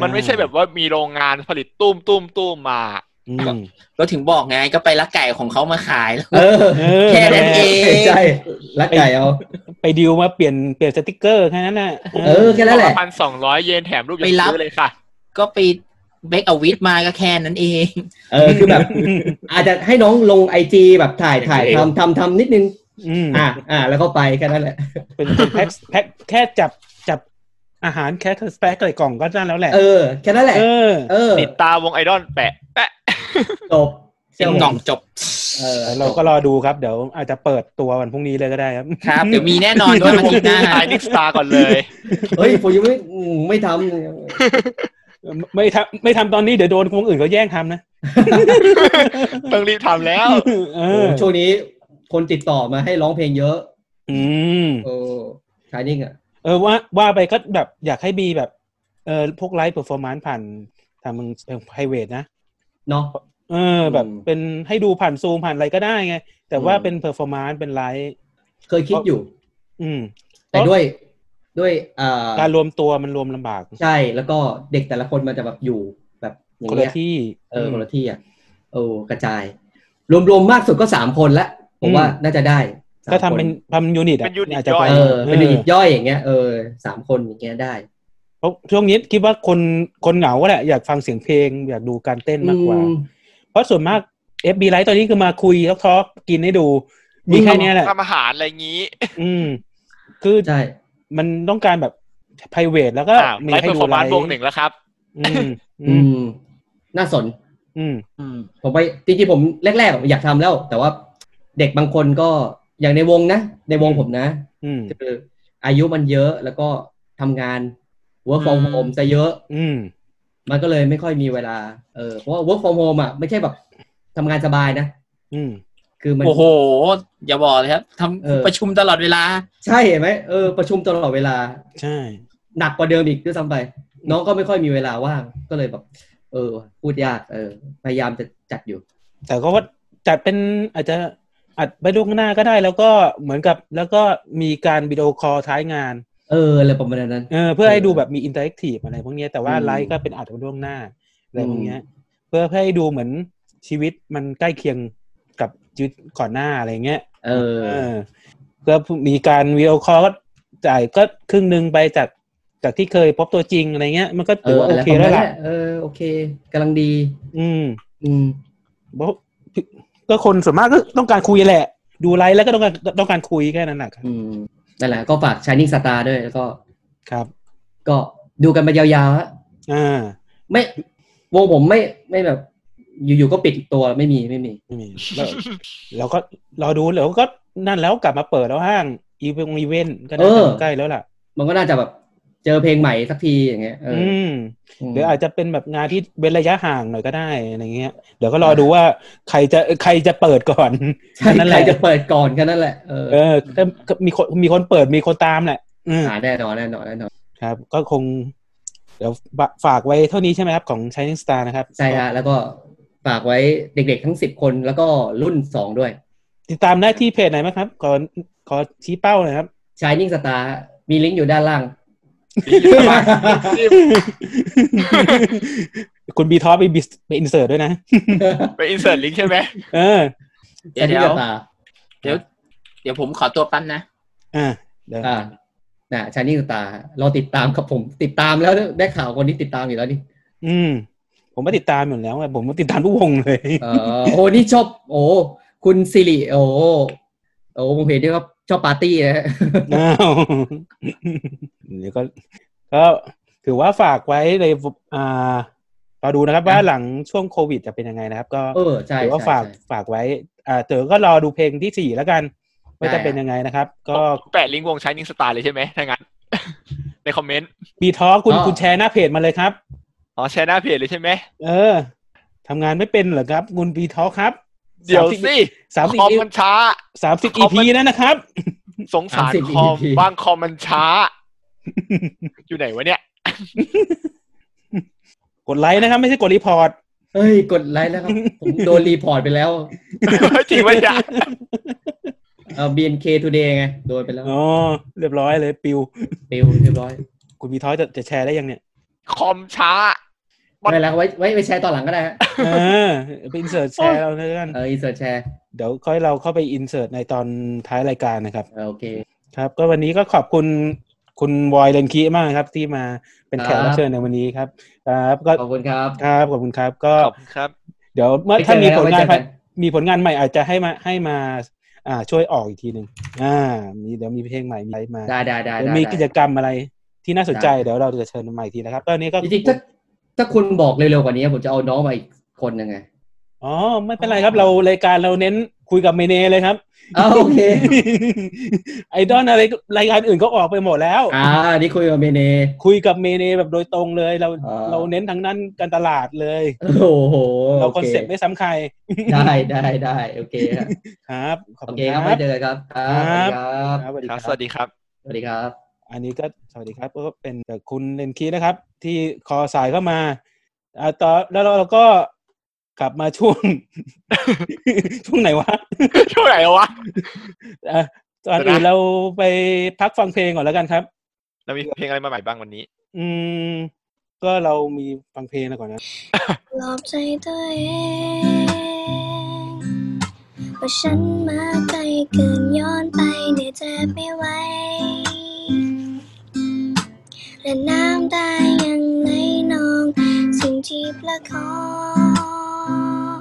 มันไม่ใช่แบบว่ามีโรงงานผลิตตุ้มตุ้มตุ้มมา อืม ก็ถึงบอกไงก็ไปลักไก่ของเขามาขายแล้ว เออ เออ แค่นั้นเอง ใช่รักไก่เอา ไปดิวมาเปลี่ยนเปลี่ยนสติกเกอร์แค่นั้นแหละ เออ แค่นั้นแหละ พันสองร้อยเยนแถมรูปยั ไป ง รับ ซื้อเลยค่ะ ก็ไปเบคเอาวิทมาก็แค่นั้นเอง เออ คือแบบ อาจจะให้น้องลงไอจีแบบถ่ายถ่ายทำทำทำนิดนึง อืม อ่าอ่า แล้วก็ไปแค่นั้นแหละ เป็นเป็นแพ็คแพ็คแค่จับจับอาหารแค่เทอร์สแป็กใส่กล่องก็ได้แล้วแหละ เออ แค่นั้นแหละ เออ เออ ติดตาวงไอดอลแปะแปะ จบ เป็นกล่องจบ เออ เราก็รอดูครับเดี๋ยวอาจจะเปิดตัววันพรุ่งนี้เลยก็ได้ครับ ครับ เดี๋ยวมีแน่นอนว่ามันอาทิตย์หน้า ไอนิกสตาก่อนเลย เฮ้ยผมยังไม่อืมไม่ทำเลย ไม่ทำไม่ทำตอนนี้เดี๋ยวโดนคนอื่นเขาแย่งทำนะ ต้องรีบทำแล้ว เออโอ้โหช่วงนี้คนติดต่อมาให้ร้องเพลงเยอะ อืม โอ้ชายนิ่งอ่ะ เออว่าว่าไปก็แบบอยากให้มีแบบ เออพวกไลฟ์เปอร์ฟอร์มานซ์ผ่านทางมึงเป็นไพรเวทนะ เนาะ เออ แบบ อืม เป็นให้ดูผ่านซูมผ่านอะไรก็ได้ไง แต่ว่า อืม เป็นเพอร์ฟอร์มานซ์เป็นไลฟ์ เคยคิดอยู่ อืม แต่ด้วยด้วยอ่า การรวมตัวมันรวมลำบาก ใช่แล้วก็เด็กแต่ละคนมันจะแบบอยู่แบบอย่าง คน เงี้ ละ ย ที่ เออ ม คนละที่อ่ะโอ้กระจาย รวมๆมากสุดก็สามคนละผมว่า อืม น่าจะได้สาม ก็ทำเป็น ค ทำยูนิตอ่ะ เป็นยูนิต อาจจะ ย่ ไป ย เออเป็นยูนิต เออ ย่อยอย่างเงี้ยเออสามคนอย่างเงี้ยได้ เพราะช่วงนี้คิดว่าคนคนเหงาก็แหละ อยากฟังเสียงเพลง อยากดูการเต้นมากกว่า อืม เพราะส่วนมาก FB ไลฟ์ตอนนี้คือมาคุยทอกๆกินให้ดู มี อืม แค่เนี้ยแหละ ทำอาหารอะไรงี้ อืม คือ ใช่ มันต้องการแบบ p r i v a t แล้วก็ อ่า มี ไลฟ์ ให้ เปดูอร์ฟอร์ ไล มาน ฟ์ วงหนึ่งแล้วครับ อืมอื อื ม ม น่าสน อืม อืม ผมไปจริงๆผมแรกๆผมอยากทำแล้ว แต่ว่าเด็กบางคนก็อย่างในวงนะ ในวง อืม ผมนะ อืม คืออายุมันเยอะแล้วก็ทำงาน work from home ซะเยอะ อืม มันก็เลยไม่ค่อยมีเวลาเออเพราะว่า work from home อ่ะไม่ใช่แบบทำงานสบายนะ อืม คือ มัน โอ้โห อย่าบอกเลยครับท เออ ำประชุมตลอดเวลา ใช่เห็นไหมเออประชุมตลอดเวลา ใช่ หนักกว่าเดิมอีกด้วยซ้ำไป น้องก็ไม่ค่อยมีเวลาว่าง ก็เลยแบบ เออ พูดยากเออ พยายามจะจัดอยู่ แต่ก็ว่าจัดเป็นอาจจะอัดไปล่วงหน้าก็ได้ แล้วก็เหมือนกับ แล้วก็มีการวิดีโอคอลท้ายงาน เอออะไรประมาณนั้น เออเพื่อให้ดูแบบมีอินเตอร์แอคทีฟอะไรพวกเนี้ยแต่ว่า อืม ไลฟ์ก็เป็นอัดไปล่วงหน้าอะไรพวกเนี้ย อืม เพื่อให้ดูเหมือนชีวิตมันใกล้เคียงกับชีวิตก่อนหน้าอะไรเงี้ย เออ เออก็มีการวิดีโอคอลก็จ่ายก็ครึ่งหนึ่งไปจากจากที่เคยพบตัวจริงอะไรเงี้ย มันก็ เอ ถือ อ ว่า อะ โอ ไร เค ประ แล้ มาณ ว นั้ ล่ะ นเออโอเคกำลังดี อืม อืม เพราะก็คนส่วนมากก็ต้องการคุยแหละ ดูไลฟ์แล้วก็ต้องการต้องการคุยแค่นั้นแหละครับ อืมนั่นแหละก็ฝาก Shining Star ด้วยแล้วก็ ครับ ก็ดูกันไปยาวๆฮะ อ่า ไม่วงผมไม่ไม่แบบ อยู่ๆก็ปิดตัวไม่มีไม่มี ไม่มีแล้วเราก็รอดูแล้วก็นั่นแล้วกลับมาเปิดแล้วห้างอีเวนต์ก็น่า เอ จะ อ ใกล้แล้วล่ะ มันก็น่าจะแบบ เจอเพลงใหม่สักทีอย่างเงี้ยเออ อืม อ หรืออาจจะเป็นแบบงานที่เว้นระยะห่างหน่อยก็ได้อะไรเงี้ย เดี๋ยวก็รอดูว่าใครจะใครจะเปิดก่อน ใช่ แค่นั้น ใค แห ร ละ จะเปิดก่อนกันนั่นแหละเออ เออถ้ามีคนมีคนเปิดมีคนตามแหละ อืม หาแน่นอนแน่นอนแน่นอน ครับ ก็คง เดี๋ยวฝากไว้เท่านี้ใช่ไหมครับ ของ Shining Star นะครับ ใช่ฮะแล้วก็ฝากไว้เด็กๆทั้งสิบคนแล้วก็รุ่นสองด้วย ติดตามได้ที่เพจไหนไหมครับ ขอขอชี้เป้าหน่อยครับ Shining Star มีลิงก์อยู่ด้านล่าง คุณบีทอปไป bis- ไปอินเสิร์ตด้วยนะ ไปอินเสิร์ตลิงก์ใช่ไหม เออ เดี๋ยว Shining เดี๋ยว Star เดี๋ยวเดี๋ยวผมขอตัวแปั้นนะ อ่าเดี๋ยว อ่านะ Shining Star เราติดตามครับผมติดตามแล้วได้ข่าวคนนี้ติดตามอยู่แล้วนี่ อืม ผมก็ติดตามอยู่แล้วไงผมก็ติดตามทุกวงเลย เออโอ้นี่ชอบ โอ้คุณสิริโอ้โอ้ผมเห็นด้วยว่าชอบปาร์ตี้นะฮะ อ้าวเดี๋ยวก็ก็ถือว่าฝากไว้ในอ่ารอดูนะครับ ว่าหลังช่วงโควิดจะเป็นยังไงนะครับ ก็ เออใช่ ถือว่า ใช่ ฝาก ใช่ ฝากไว้ อ่าเต๋อก็รอดูเพลงที่สี่แล้วกันว่าจะเป็นยังไงนะครับ ก็ แปะลิงก์วงใช้นิงสตาร์เลยใช่ไหมถ้างั้น ในคอมเมนต์ ปีท้อคุณ อ๋อ คุณแชร์หน้าเพจมาเลยครับ อ๋อแชร์หน้าเพจเลยใช่ไหม เออทำงานไม่เป็นเหรอครับคุณปีท้อครับ เดี๋ยวสิ สามสิบ คอมมันช้า สามสิบ ค อี อมมัน พีนั่นนะครับ สงสาร 30 คอม EP บ้างคอมมัน ช้า อยู่ไหนวะเนี่ย กดไลค์นะครับ ไม่ใช่กดรีพอร์ต เฮ้ย กดไลค์แล้วครับ ผมโดนรีพอร์ตไปแล้ว จริงวะเนี่ย เออ BNK Today ไง โดนไปแล้ว อ๋อเรียบร้อยเลยปิว ปิวเรียบร้อย คุณปีท้อจะจะแชร์ได้ยัง เนี่ย คอมช้า มัน ไม่แล้วไว้ไว้ไว้แชร์ตอนหลังก็ได้ฮะ เออไปอินเสิร์ตแชร์เราแล้วกัน เอออินเสิร์ตแชร์ เดี๋ยวค่อยเราเข้าไปอินเสิร์ตในตอนท้ายรายการนะครับ เออโอเค ครับ ก็วันนี้ก็ขอบคุณคุณวอยเลนคีมากครับ ที่มาเป็นแขกรับเชิญในวันนี้ครับ ครับก็ ขอบคุณครับ ครับขอบคุณครับ ก็ ขอบคุณครับ เดี๋ยวเมื่อ ไปเจ ถ้า อ มี กั ผลงาน ไว้เจอกั มีผลงานใหม่อาจจะให้มาให้มา อ่า ช่วยออกอีกทีหนึ่งอ่า มีเดี๋ยวมีเพลงใหม่มีอะไรมา ได้ได้ได้ เดี๋ยว ได้ มี ได้ กิจกรรมอะไรที่น่าสนใจ ได้ เดี๋ยวเราจะเชิญมาใหม่อีกทีนะครับตอนนี้ก็ จริงๆถ้าถ้าคุณบอกเร็วๆกว่านี้ ผมจะเอาน้องมาอีกคนหนึงไง อ๋อไม่เป็นไรครับ เรารายการเราเน้นคุยกับเมเนเลยครับ อ้าวโอ เค ไอดอลอะไรรายการอื่นก็ออกไปหมดแล้ว อ่าอันนี่คุยกับเมเน คุยกับเมเนแบบโดยตรงเลยเรา อ่า เราเน้นทางนั้นการตลาดเลย โอ้โห เรา โ คอนเซ็ปต์ไม่ซ้ำใคร ได้ได้ได้โอเคครับ ครับขอบ โอ คุณ เค ค ค รั รั บบ ไม่เจอกันครับครับครับ ครับสวัสดี ครับ ค ส รั วั บ สดีครับ สวัสดีครับ อันนี้ก็สวัสดีครับก็เป็นคุณเลนคีนะครับ ที่คอสายเข้ามาอ่าต่อแล้วเราก็กลับมาช่วง ช่วงไหนวะ ช่วงไหนวะ อ่ะตอนอื่นเราไปพักฟังเพลงก่อนแล้วกันครับ เรามีเพลงอะไรมาใหม่บ้างวันนี้ อืม ก็เรามีฟังเพลงแล้วก่อนนะ ปลอบใจตัวเองว่าฉันมาไกลเกินย้อนไปเนี่ยเจ็บไม่ไหวและน้ำตายังไหลนองสิ่งที่ประคอง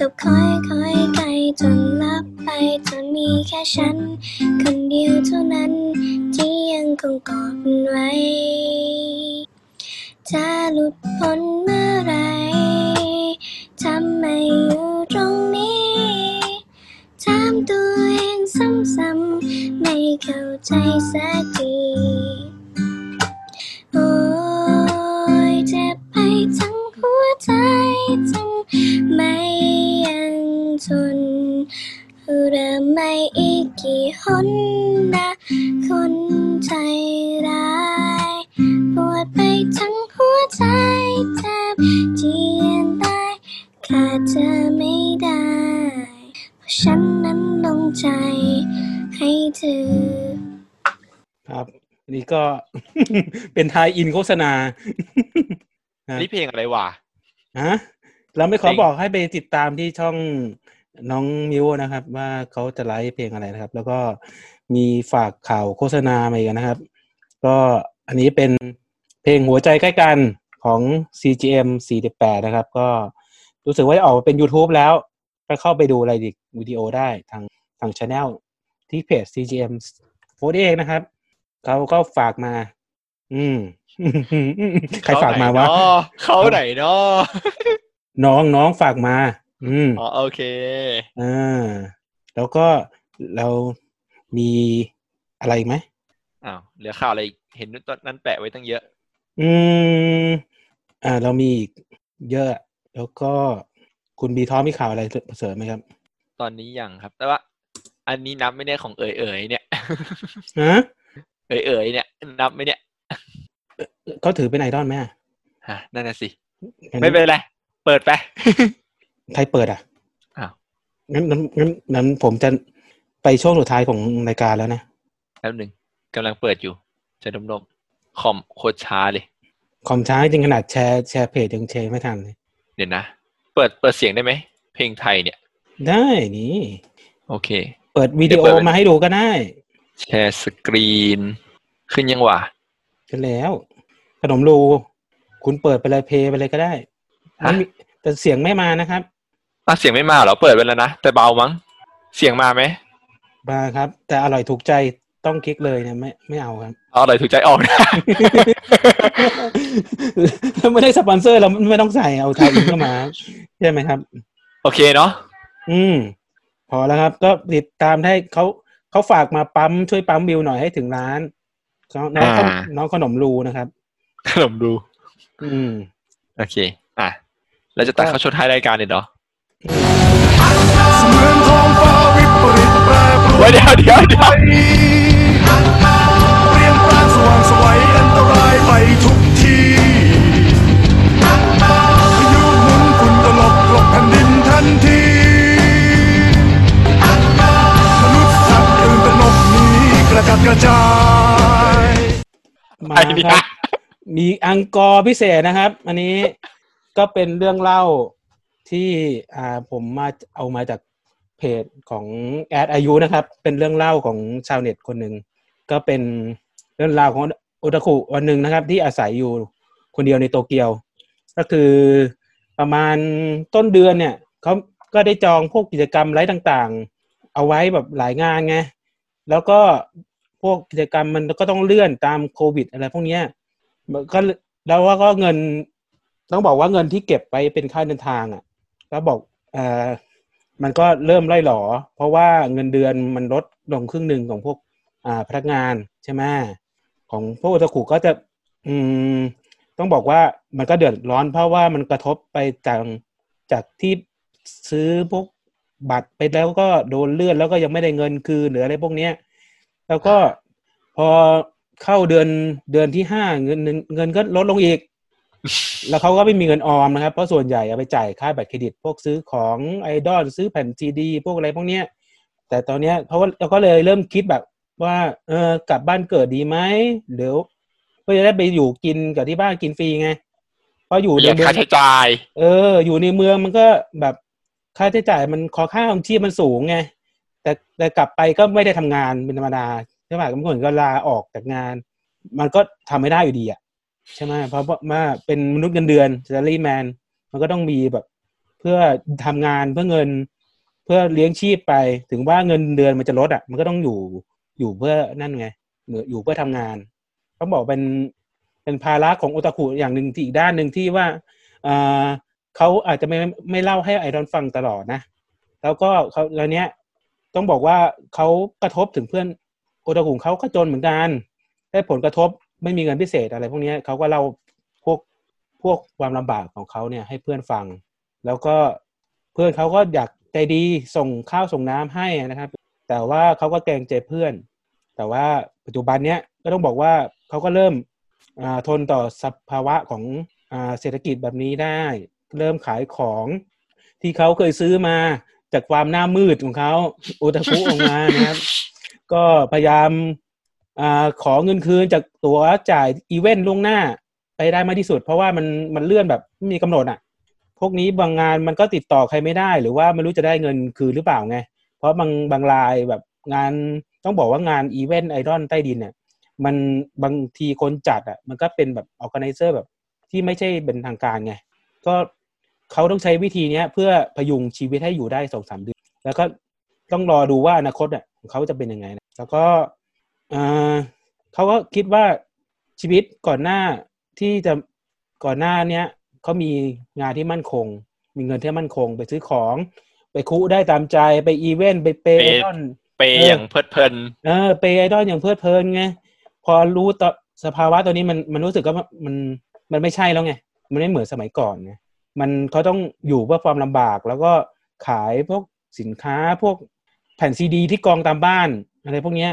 กับคอยคอยไกลจนลับไปจนมีแค่ฉัน คนเดียวเท่านั้นที่ยังคงกอดมันไว้ จะหลุดพ้นเมื่อไหรทำไมอยู่ตรงนี้ถามตัวเองซ้ำๆไม่เข้าใจสักที โอ้ยเจ็บไปทั้งหัวใจทำไมยังทนเริ่มไม่อีกกี่หนนะคนใจร้าย ปวดไปทั้งหัวใจแทบเจียนตายขาดเธอไม่ได้เพราะฉันนั้นลงใจให้เธอ ครับอันนี้ก็ เป็นไทายอินโฆษณา ครับ นี่เพลงอะไรวะ ฮะเราไม่ขอ จริง บอกให้ไปติดตามที่ช่องน้องมิวนะครับ ว่าเขาจะไลฟ์เพลงอะไรนะครับ แล้วก็มีฝากข่าวโฆษณามาอีกนะครับ ก็อันนี้เป็นเพลงหัวใจใกล้กันของ CGM 48 นะครับ ก็รู้สึกว่าจะออกมาเป็น YouTube แล้วก็เข้าไปดูรายละเอียดวิดีโอได้ทางทางช anel ที่เพจ CGM 48นะครับเขาก็ฝากมา อืม ใครฝากมาวะ เขาไหนเนาะ น้องน้องฝากมา อืม อ๋อโอเค อ่าแล้วก็เรามีอะไรไหม อ้าวเหลือข่าวอะไรอีกเห็นตอนนั้นแปะไว้ตั้งเยอะ อืม อ่า เรามีอีกเยอะ แล้วก็คุณบีท้อมีข่าวอะไรเสริมไหมครับ ตอนนี้ยังครับ แต่ว่า อันนี้นับไม่ได้ของเอ๋ยเอ๋ยเนี่ย ฮะ เอ๋ยเอ๋ยเนี่ย นับไหม่เนี่ย เขาถือเป็นไอดอลไหมอะ ฮะนั่นน่ะสิ ไม่เป็นไร เปิดไป ใครเปิดอ่ะ อ้าว งั้นงั้นงั้นงั้นผมจะไปช่วงสุดท้ายของรายการแล้วนะ แป๊บหนึ่งกำลังเปิดอยู่ จะดมดมๆคอมโคตรช้าเลย คอมช้าจริงขนาดแชร์แชร์เพจยังแชร์ไม่ทันเลย เดี๋ยวนะ เปิดเปิดเสียงได้ไหม เพลงไทยเนี่ย ได้นี่ โอเค เปิดวิดีโอมาให้ดูก็ได้ แชร์สกรีน ขึ้นยังวะ กันแล้ว ขนมรู คุณเปิดไปเลยเพย์ไปเลยก็ได้ ฮะ มันมีแต่เสียงไม่มานะครับ อ่ะเสียงไม่มาเหรอ เปิดไปแล้วนะ แต่เบามั้ง เสียงมาไหม มาครับ แต่อร่อยถูกใจต้องคลิกเลยนะไม่ไม่เอาครับ เอาอะไรถูกใจออกนะ ไม่ได้สปอนเซอร์เราไม่ต้องใส่เอาไทยอินเข้ามาใช่ไหมครับ โอเคเนาะ อืม พอแล้วครับ ก็ติดตามให้เขาเขาฝากมาปั๊มช่วยปั๊มวิวหน่อยให้ถึงร้านน้องน้อง อ่า น้องขนมรูนะครับ ขนมดู อืม โอเค อ่ะเราจะตัดเข้าชดท้ายรายการเนี่ยเหรอเว้ยเดี๋ยวเดี๋ยวเดี๋ยว เรียงปรางสว่างไสวัยอันตรายไปทุกทีพายุหมุนฝุ่นตลบหลบแผ่นดินทันที มนุษย์สัตว์ตื่นตระหนกหนีกระจัดกระจาย มา ไอ ค เดีย รับ มีอังกอร์พิเศษนะครับ อันนี้ก็เป็นเรื่องเล่าที่อ่าผมมาเอามาจากเพจของแอดอายุนะครับ เป็นเรื่องเล่าของชาวเน็ตคนหนึ่งก็เป็นเรื่องราวของโอตาคุวันหนึ่งนะครับ ที่อาศัยอยู่คนเดียวในโตเกียว ก็คือประมาณต้นเดือนเนี่ยเขาก็ได้จองพวกกิจกรรมอะไรต่างๆ เอาไว้แบบหลายงานไงแล้วก็พวกกิจกรรมมันก็ต้องเลื่อนตามโควิด อะไรพวกเนี้ย มันก็แล้วว่าก็เงิน ต้องบอกว่าเงินที่เก็บไปเป็นค่าเดินทางอ่ะก็บอกเอ่อมันก็เริ่มไล่หลอ เพราะว่าเงินเดือนมันลดลงครึ่งหนึ่งของพวกอ่าพนักงานใช่ไหมของพวกอุตคุก็จะ อืม ต้องบอกว่ามันก็เดือดร้อนเพราะว่ามันกระทบไปจากจากที่ซื้อพวกบัตรไปแล้วก็โดนเลื่อนแล้วก็ยังไม่ได้เงินคืนหรืออะไรพวกเนี้ย แล้วก็พอเข้าเดือนเดือนที่ห้าเงินเงินเงินก็ลดลงอีก แล้วเขาก็ไม่มีเงินออมนะครับ เพราะส่วนใหญ่เอาไปจ่ายค่าบัตรเครดิต พวกซื้อของไอดอลซื้อแผ่นซีดี พวกอะไรพวกเนี้ย แต่ตอนเนี้ยเขาก็เราก็เลยเริ่มคิดแบบว่า เออกลับบ้านเกิดดีไหมหรือเพื่อจะได้ไปอยู่กินกับที่บ้านกินฟรีไงเพราะอยู่ ปในระหยัด เมือ ค่าง ใช้จ่าย เออ อยู่ในเมืองมันก็แบบค่าใช้จ่ายมันขอค่าของชีพมันสูงไงแต่แต่กลับไปก็ไม่ได้ทำงานเป็นธรรมดาใช่ไหมบางคนก็ลาออกจากงาน มันก็ทำไม่ได้อยู่ดีอ่ะใช่ไหมเพราะว่าเป็นมนุษย์เงินเดือน salary man มันก็ต้องมีแบบ เพื่อทำงานเพื่อเงิน เพื่อเลี้ยงชีพไปถึงว่าเงินเดือนมันจะลดอ่ะ มันก็ต้องอยู่อยู่เพื่อนั่นไงเหมือนอยู่เพื่อทำงานต้องบอกเป็นเป็นภาระของโอตาคุอย่างหนึ่งที่อีกด้านหนึ่งที่ว่าเอ่อ เขาอาจจะไม่ไม่เล่าให้ไอรอนฟังตลอดนะ แล้วก็เขาแล้วเนี้ยต้องบอกว่าเขากระทบถึงเพื่อนโอตาคุงเขาก็จนเหมือนกัน ได้ผลกระทบไม่มีเงินพิเศษอะไร พวกเนี้ยเขาก็เล่าพวกพวกความลำบากของเขาเนี่ยให้เพื่อนฟัง แล้วก็เพื่อนเขาก็อยากใจดีส่งข้าวส่งน้ำให้นะครับ แต่ว่าเขาก็เกรงใจเพื่อน แต่ว่าปัจจุบันเนี้ยก็ต้องบอกว่าเขาก็เริ่ม อ่าทนต่อสภาวะของอ่าเศรษฐกิจแบบนี้ได้ เริ่มขายของที่เขาเคยซื้อมาจากความหน้ามืดของเขาโอตาคุ ออกมานะครับ ก็พยายามอาขอเงินคืนจากตั๋วจ่ายอีเวนต์ล่วงหน้าไปได้มากที่สุด เพราะว่ามันมันเลื่อนแบบไม่มีกำหนดอ่ะ พวกนี้บางงานมันก็ติดต่อใครไม่ได้ หรือว่าไม่รู้จะได้เงินคืนหรือเปล่าไง เพราะบางบางรายแบบงานต้องบอกว่างานอีเวนต์ไอรอนใต้ดินเนี่ย มันบางทีคนจัดอ่ะ มันก็เป็นแบบออ g a แก z นเซอร์แบบที่ไม่ใช่เป็นทางการไง ก็เขาต้องใช้วิธีเนี้ย เพื่อพยุงชีวิตให้อยู่ได้สองสามเดือน แล้วก็ต้องรอดูว่าอนาคตอ่ะของเขาจะเป็นยังไงนะแล้วก็เอ่อเขาก็คิดว่าชีวิตก่อนหน้าที่จะก่อนหน้าเนี้ยเขามีงานที่มั่นคง มีเงินที่มั่นคง ไปซื้อของ ไปคุได้ตามใจไปอีเวนต์ไปเปย์ เปย์ ต้น เปย์อย่างเพลิดเพลิน เออเปย์ไอดอลอย่างเพลิดเพลินไง พอรู้ต่อสภาวะตัวนี้มันมันรู้สึกว่ามันมันไม่ใช่แล้วไง มันไม่เหมือนสมัยก่อนไงมันเขาต้องอยู่เพื่อความลำบาก แล้วก็ขายพวกสินค้าพวกแผ่นซีดี ที่กองตามบ้านอะไรพวกเนี้ย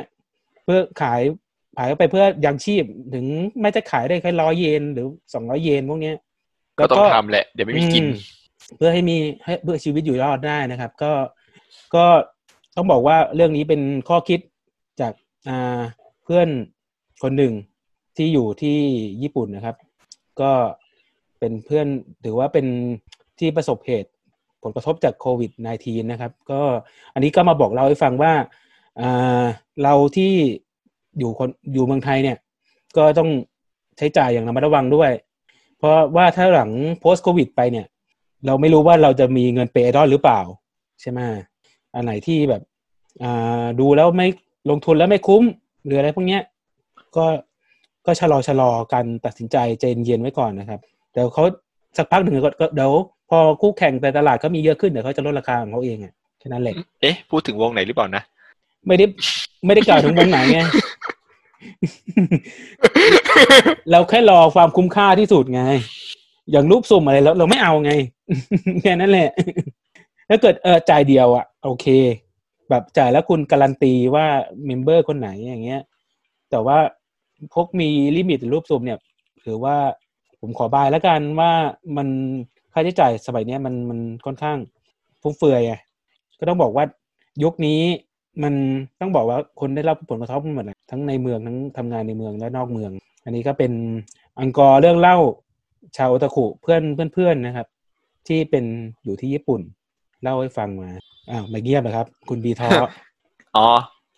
เพื่อขายขายไปเพื่อยังชีพถึงไม่จะขายได้แค่ร้อยเยนหรือสองร้อยเยนพวกเนี้ย ก็ต้องทำแหละ เดี๋ยวไม่มีกิน อืมเพื่อให้มีให้เพื่อชีวิตอยู่รอดได้นะครับ ก็ก็ต้องบอกว่าเรื่องนี้เป็นข้อคิดจากอ่าเพื่อนคนหนึ่งที่อยู่ที่ญี่ปุ่นนะครับ ก็เป็นเพื่อนถือว่าเป็นที่ประสบเหตุผลกระทบจากโควิด -19 นะครับ ก็อันนี้ก็มาบอกเราให้ฟังว่าอ่าเราที่อยู่คนอยู่เมืองไทยเนี่ย ก็ต้องใช้จ่ายอย่างระมัดระวังด้วย เพราะว่าถ้าหลัง post covid ไปเนี่ย เราไม่รู้ว่าเราจะมีเงินเปย์ไอดอลหรือเปล่า ใช่ไหมอันไหนที่แบบอ่าดูแล้วไม่ลงทุนแล้วไม่คุ้ม หรืออะไรพวกเนี้ยก็ก็ชะลอชะลอกันตัดสินใจใจเย็นๆไว้ก่อนนะครับเดี๋ยวเขาสักพักหนึ่งก็ก็เดี๋ยวพอคู่แข่งในตลาดก็มีเยอะขึ้นเดี๋ยวเขาจะลดราคาของเขาเองอะแค่นั้นแหละ เอ๊ะ พูดถึงวงไหนหรือเปล่านะ ไม่ได้ไม่ได้กล่าวถึงวงไหนไง เราแค่รอความคุ้มค่าที่สุดไง อย่างรูปสุ่มอะไรเราเราไม่เอาไง แค่นั้นแหละ ถ้าเกิดเออจ่ายเดียวอะโอเค แบบจ่ายแล้วคุณการันตีว่าเมมเบอร์คนไหนอย่างเงี้ย แต่ว่าพกมีลิมิตรูปสุ่มเนี่ยถือว่าผมขอบายแล้วกันว่ามันค่าใช้จ่ายสมัยเนี้ยมันมันค่อนข้างฟุ่มเฟือยไงก็ต้องบอกว่ายุคนี้มันต้องบอกว่าคนได้รับผลกระทบหมดเลยทั้งในเมืองทั้งทำงานในเมืองและนอกเมือง อันนี้ก็เป็นอังกอร์เรื่องเล่าชาวโอตาคุเพื่อนเพื่อนๆนะครับ ที่เป็นอยู่ที่ญี่ปุ่น เล่าให้ฟังมาอ้าวไม่เงียบนะครับ คุณบีทอ อ๋อ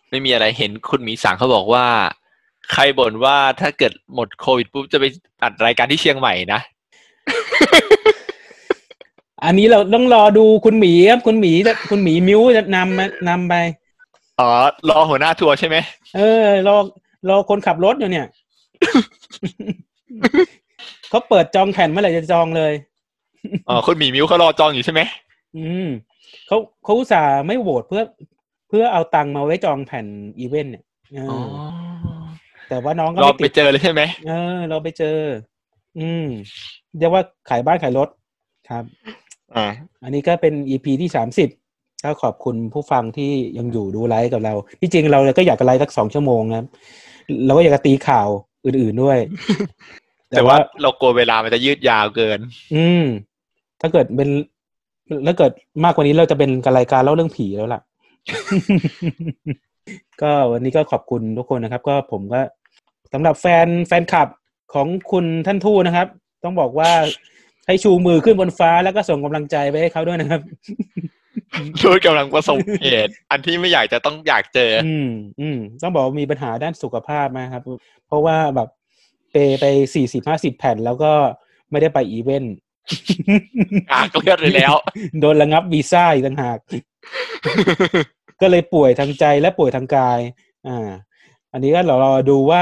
ไม่มีอะไรเห็นคุณหมีสังเขาบอกว่า ใครบ่นว่าถ้าเกิดหมดโควิดปุ๊บจะไปอัดรายการที่เชียงใหม่นะ อันนี้เราต้องรอดูคุณหมีครับคุณหมีจะคุณหมีมิวจะนำมานำไป อ๋อ รอหัวหน้าทัวร์ใช่ไหม เออรอรอคนขับรถอยู่เนี่ย เขาเปิดจองแผ่นเมื่อไหร่จะจองเลย อ๋อ คุณหมีมิวเขารอจองอยู่ใช่ไหม อืมเขาเขาอุตส่าห์ไม่โหวตเพื่อ เพื่อเอาตังค์มาไว้จองแผ่นอีเวนต์เนี่ยเออ อ๋อ แต่ว่าน้องก็ รอ ไม่ ไป ติด เจอเลยใช่ไหม เออ เราไปเจอ อืมเรียกว่าขายบ้านขายรถครับ อ่า อันนี้ก็เป็นอีพีที่สามสิบก็ขอบคุณผู้ฟังที่ยังอยู่ดูไลฟ์กับเรา ที่จริงเราก็อยากจะไลฟ์สักสองชั่วโมงนะครับ เราก็อยากจะตีข่าวอื่น ๆด้วย แต่ว่าเรากลัวเวลามันจะยืดยาวเกิน อืม ถ้าเกิดเป็นถ้าเกิดมากกว่านี้เราจะเป็นรายการเล่าเรื่องผีแล้วล่ะ ก็วันนี้ก็ขอบคุณทุกคนนะครับ ก็ผมก็สำหรับแฟนแฟนคลับของคุณท่านทูตนะครับ ต้องบอกว่าให้ชูมือขึ้นบนฟ้าแล้วก็ส่งกำลังใจไปให้เขาด้วยนะครับ รู้กำลังประสบเหตุ อันที่ไม่อยากจะต้องอยากเจอ อืมอืมต้องบอกว่ามีปัญหาด้านสุขภาพนะครับ เพราะว่าแบบเปไปสี่สิบห้าสิบแผ่นแล้วก็ไม่ได้ไปอีเวนต์ อ่ะก็เลือดเลยแล้ว โดนระงับวีซ่าอีกต่างหาก ก็เลยป่วยทางใจและป่วยทางกาย อ่า อันนี้ก็รอรอดูว่า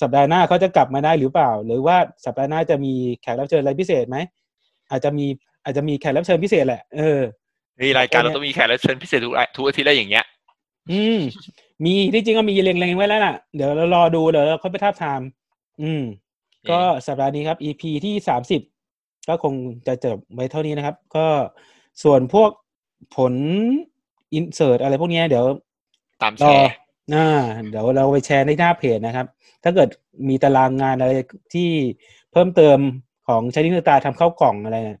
สัปดาห์หน้าเขาจะกลับมาได้หรือเปล่า หรือว่าสัปดาห์หน้าจะมีแขกรับเชิญอะไรพิเศษไหม อาจจะมีอาจจะมีแขกรับเชิญพิเศษแหละ เออ นี่รายการเราต้องมีแขกรับเชิญพิเศษทุกอาทุกอาทิตย์อะไรอย่างเงี้ย อืม มีที่จริงก็มีเล็งๆไว้แล้วล่ะ เดี๋ยวเรารอดูเดี๋ยวเราค่อยไปทาบทาม อืม ก็สัปดาห์นี้ครับ EP ที่สามสิบก็คงจะจบไว้เท่านี้นะครับ ก็ส่วนพวกผลอินเสิร์ตอะไรพวกเนี้ยเดี๋ยว ตามแช รอ ร์ อ่าเดี๋ยวเราไปแชร์ในหน้าเพจนะครับ ถ้าเกิดมีตารางงานอะไรที่เพิ่มเติมของชนิดตาทำเข้าวกล่องอะไรเนี่ย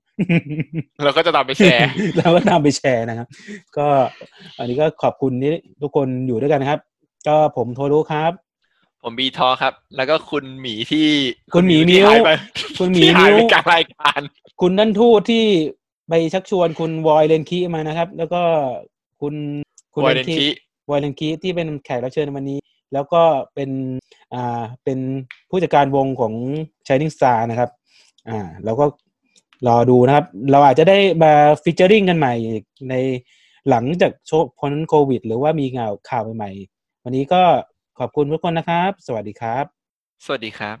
เราก็จะตามไปแชร์ เราก็นำไปแชร์นะครับ ก็อันนี้ก็ขอบคุณที่ทุกคนอยู่ด้วยกันนะครับ ก็ผมโทรู้ครับ ผมบีทอครับ แล้วก็คุณหมีที่ คุณหมี ที่ มิ้ว หายไป คุณหมี ที่หาย นิ้ว ไปจากรายการ คุณนั่นทูตที่ไปชักชวนคุณวอยเลนคีมานะครับ แล้วก็คุณคุณ วอยเลนคิ วอยเลนคีที่เป็นแขกรับเชิญในวันนี้ แล้วก็เป็นอ่าเป็นผู้จัดการวงของ Shining Star นะครับ อ่าเราก็รอดูนะครับ เราอาจจะได้มาฟิชเจอริงกันใหม่อีกในหลังจากโชว์พ้นโควิด หรือว่ามีข่าวข่าวใหม่ๆวันนี้ก็ขอบคุณทุกคนนะครับ สวัสดีครับ สวัสดีครับ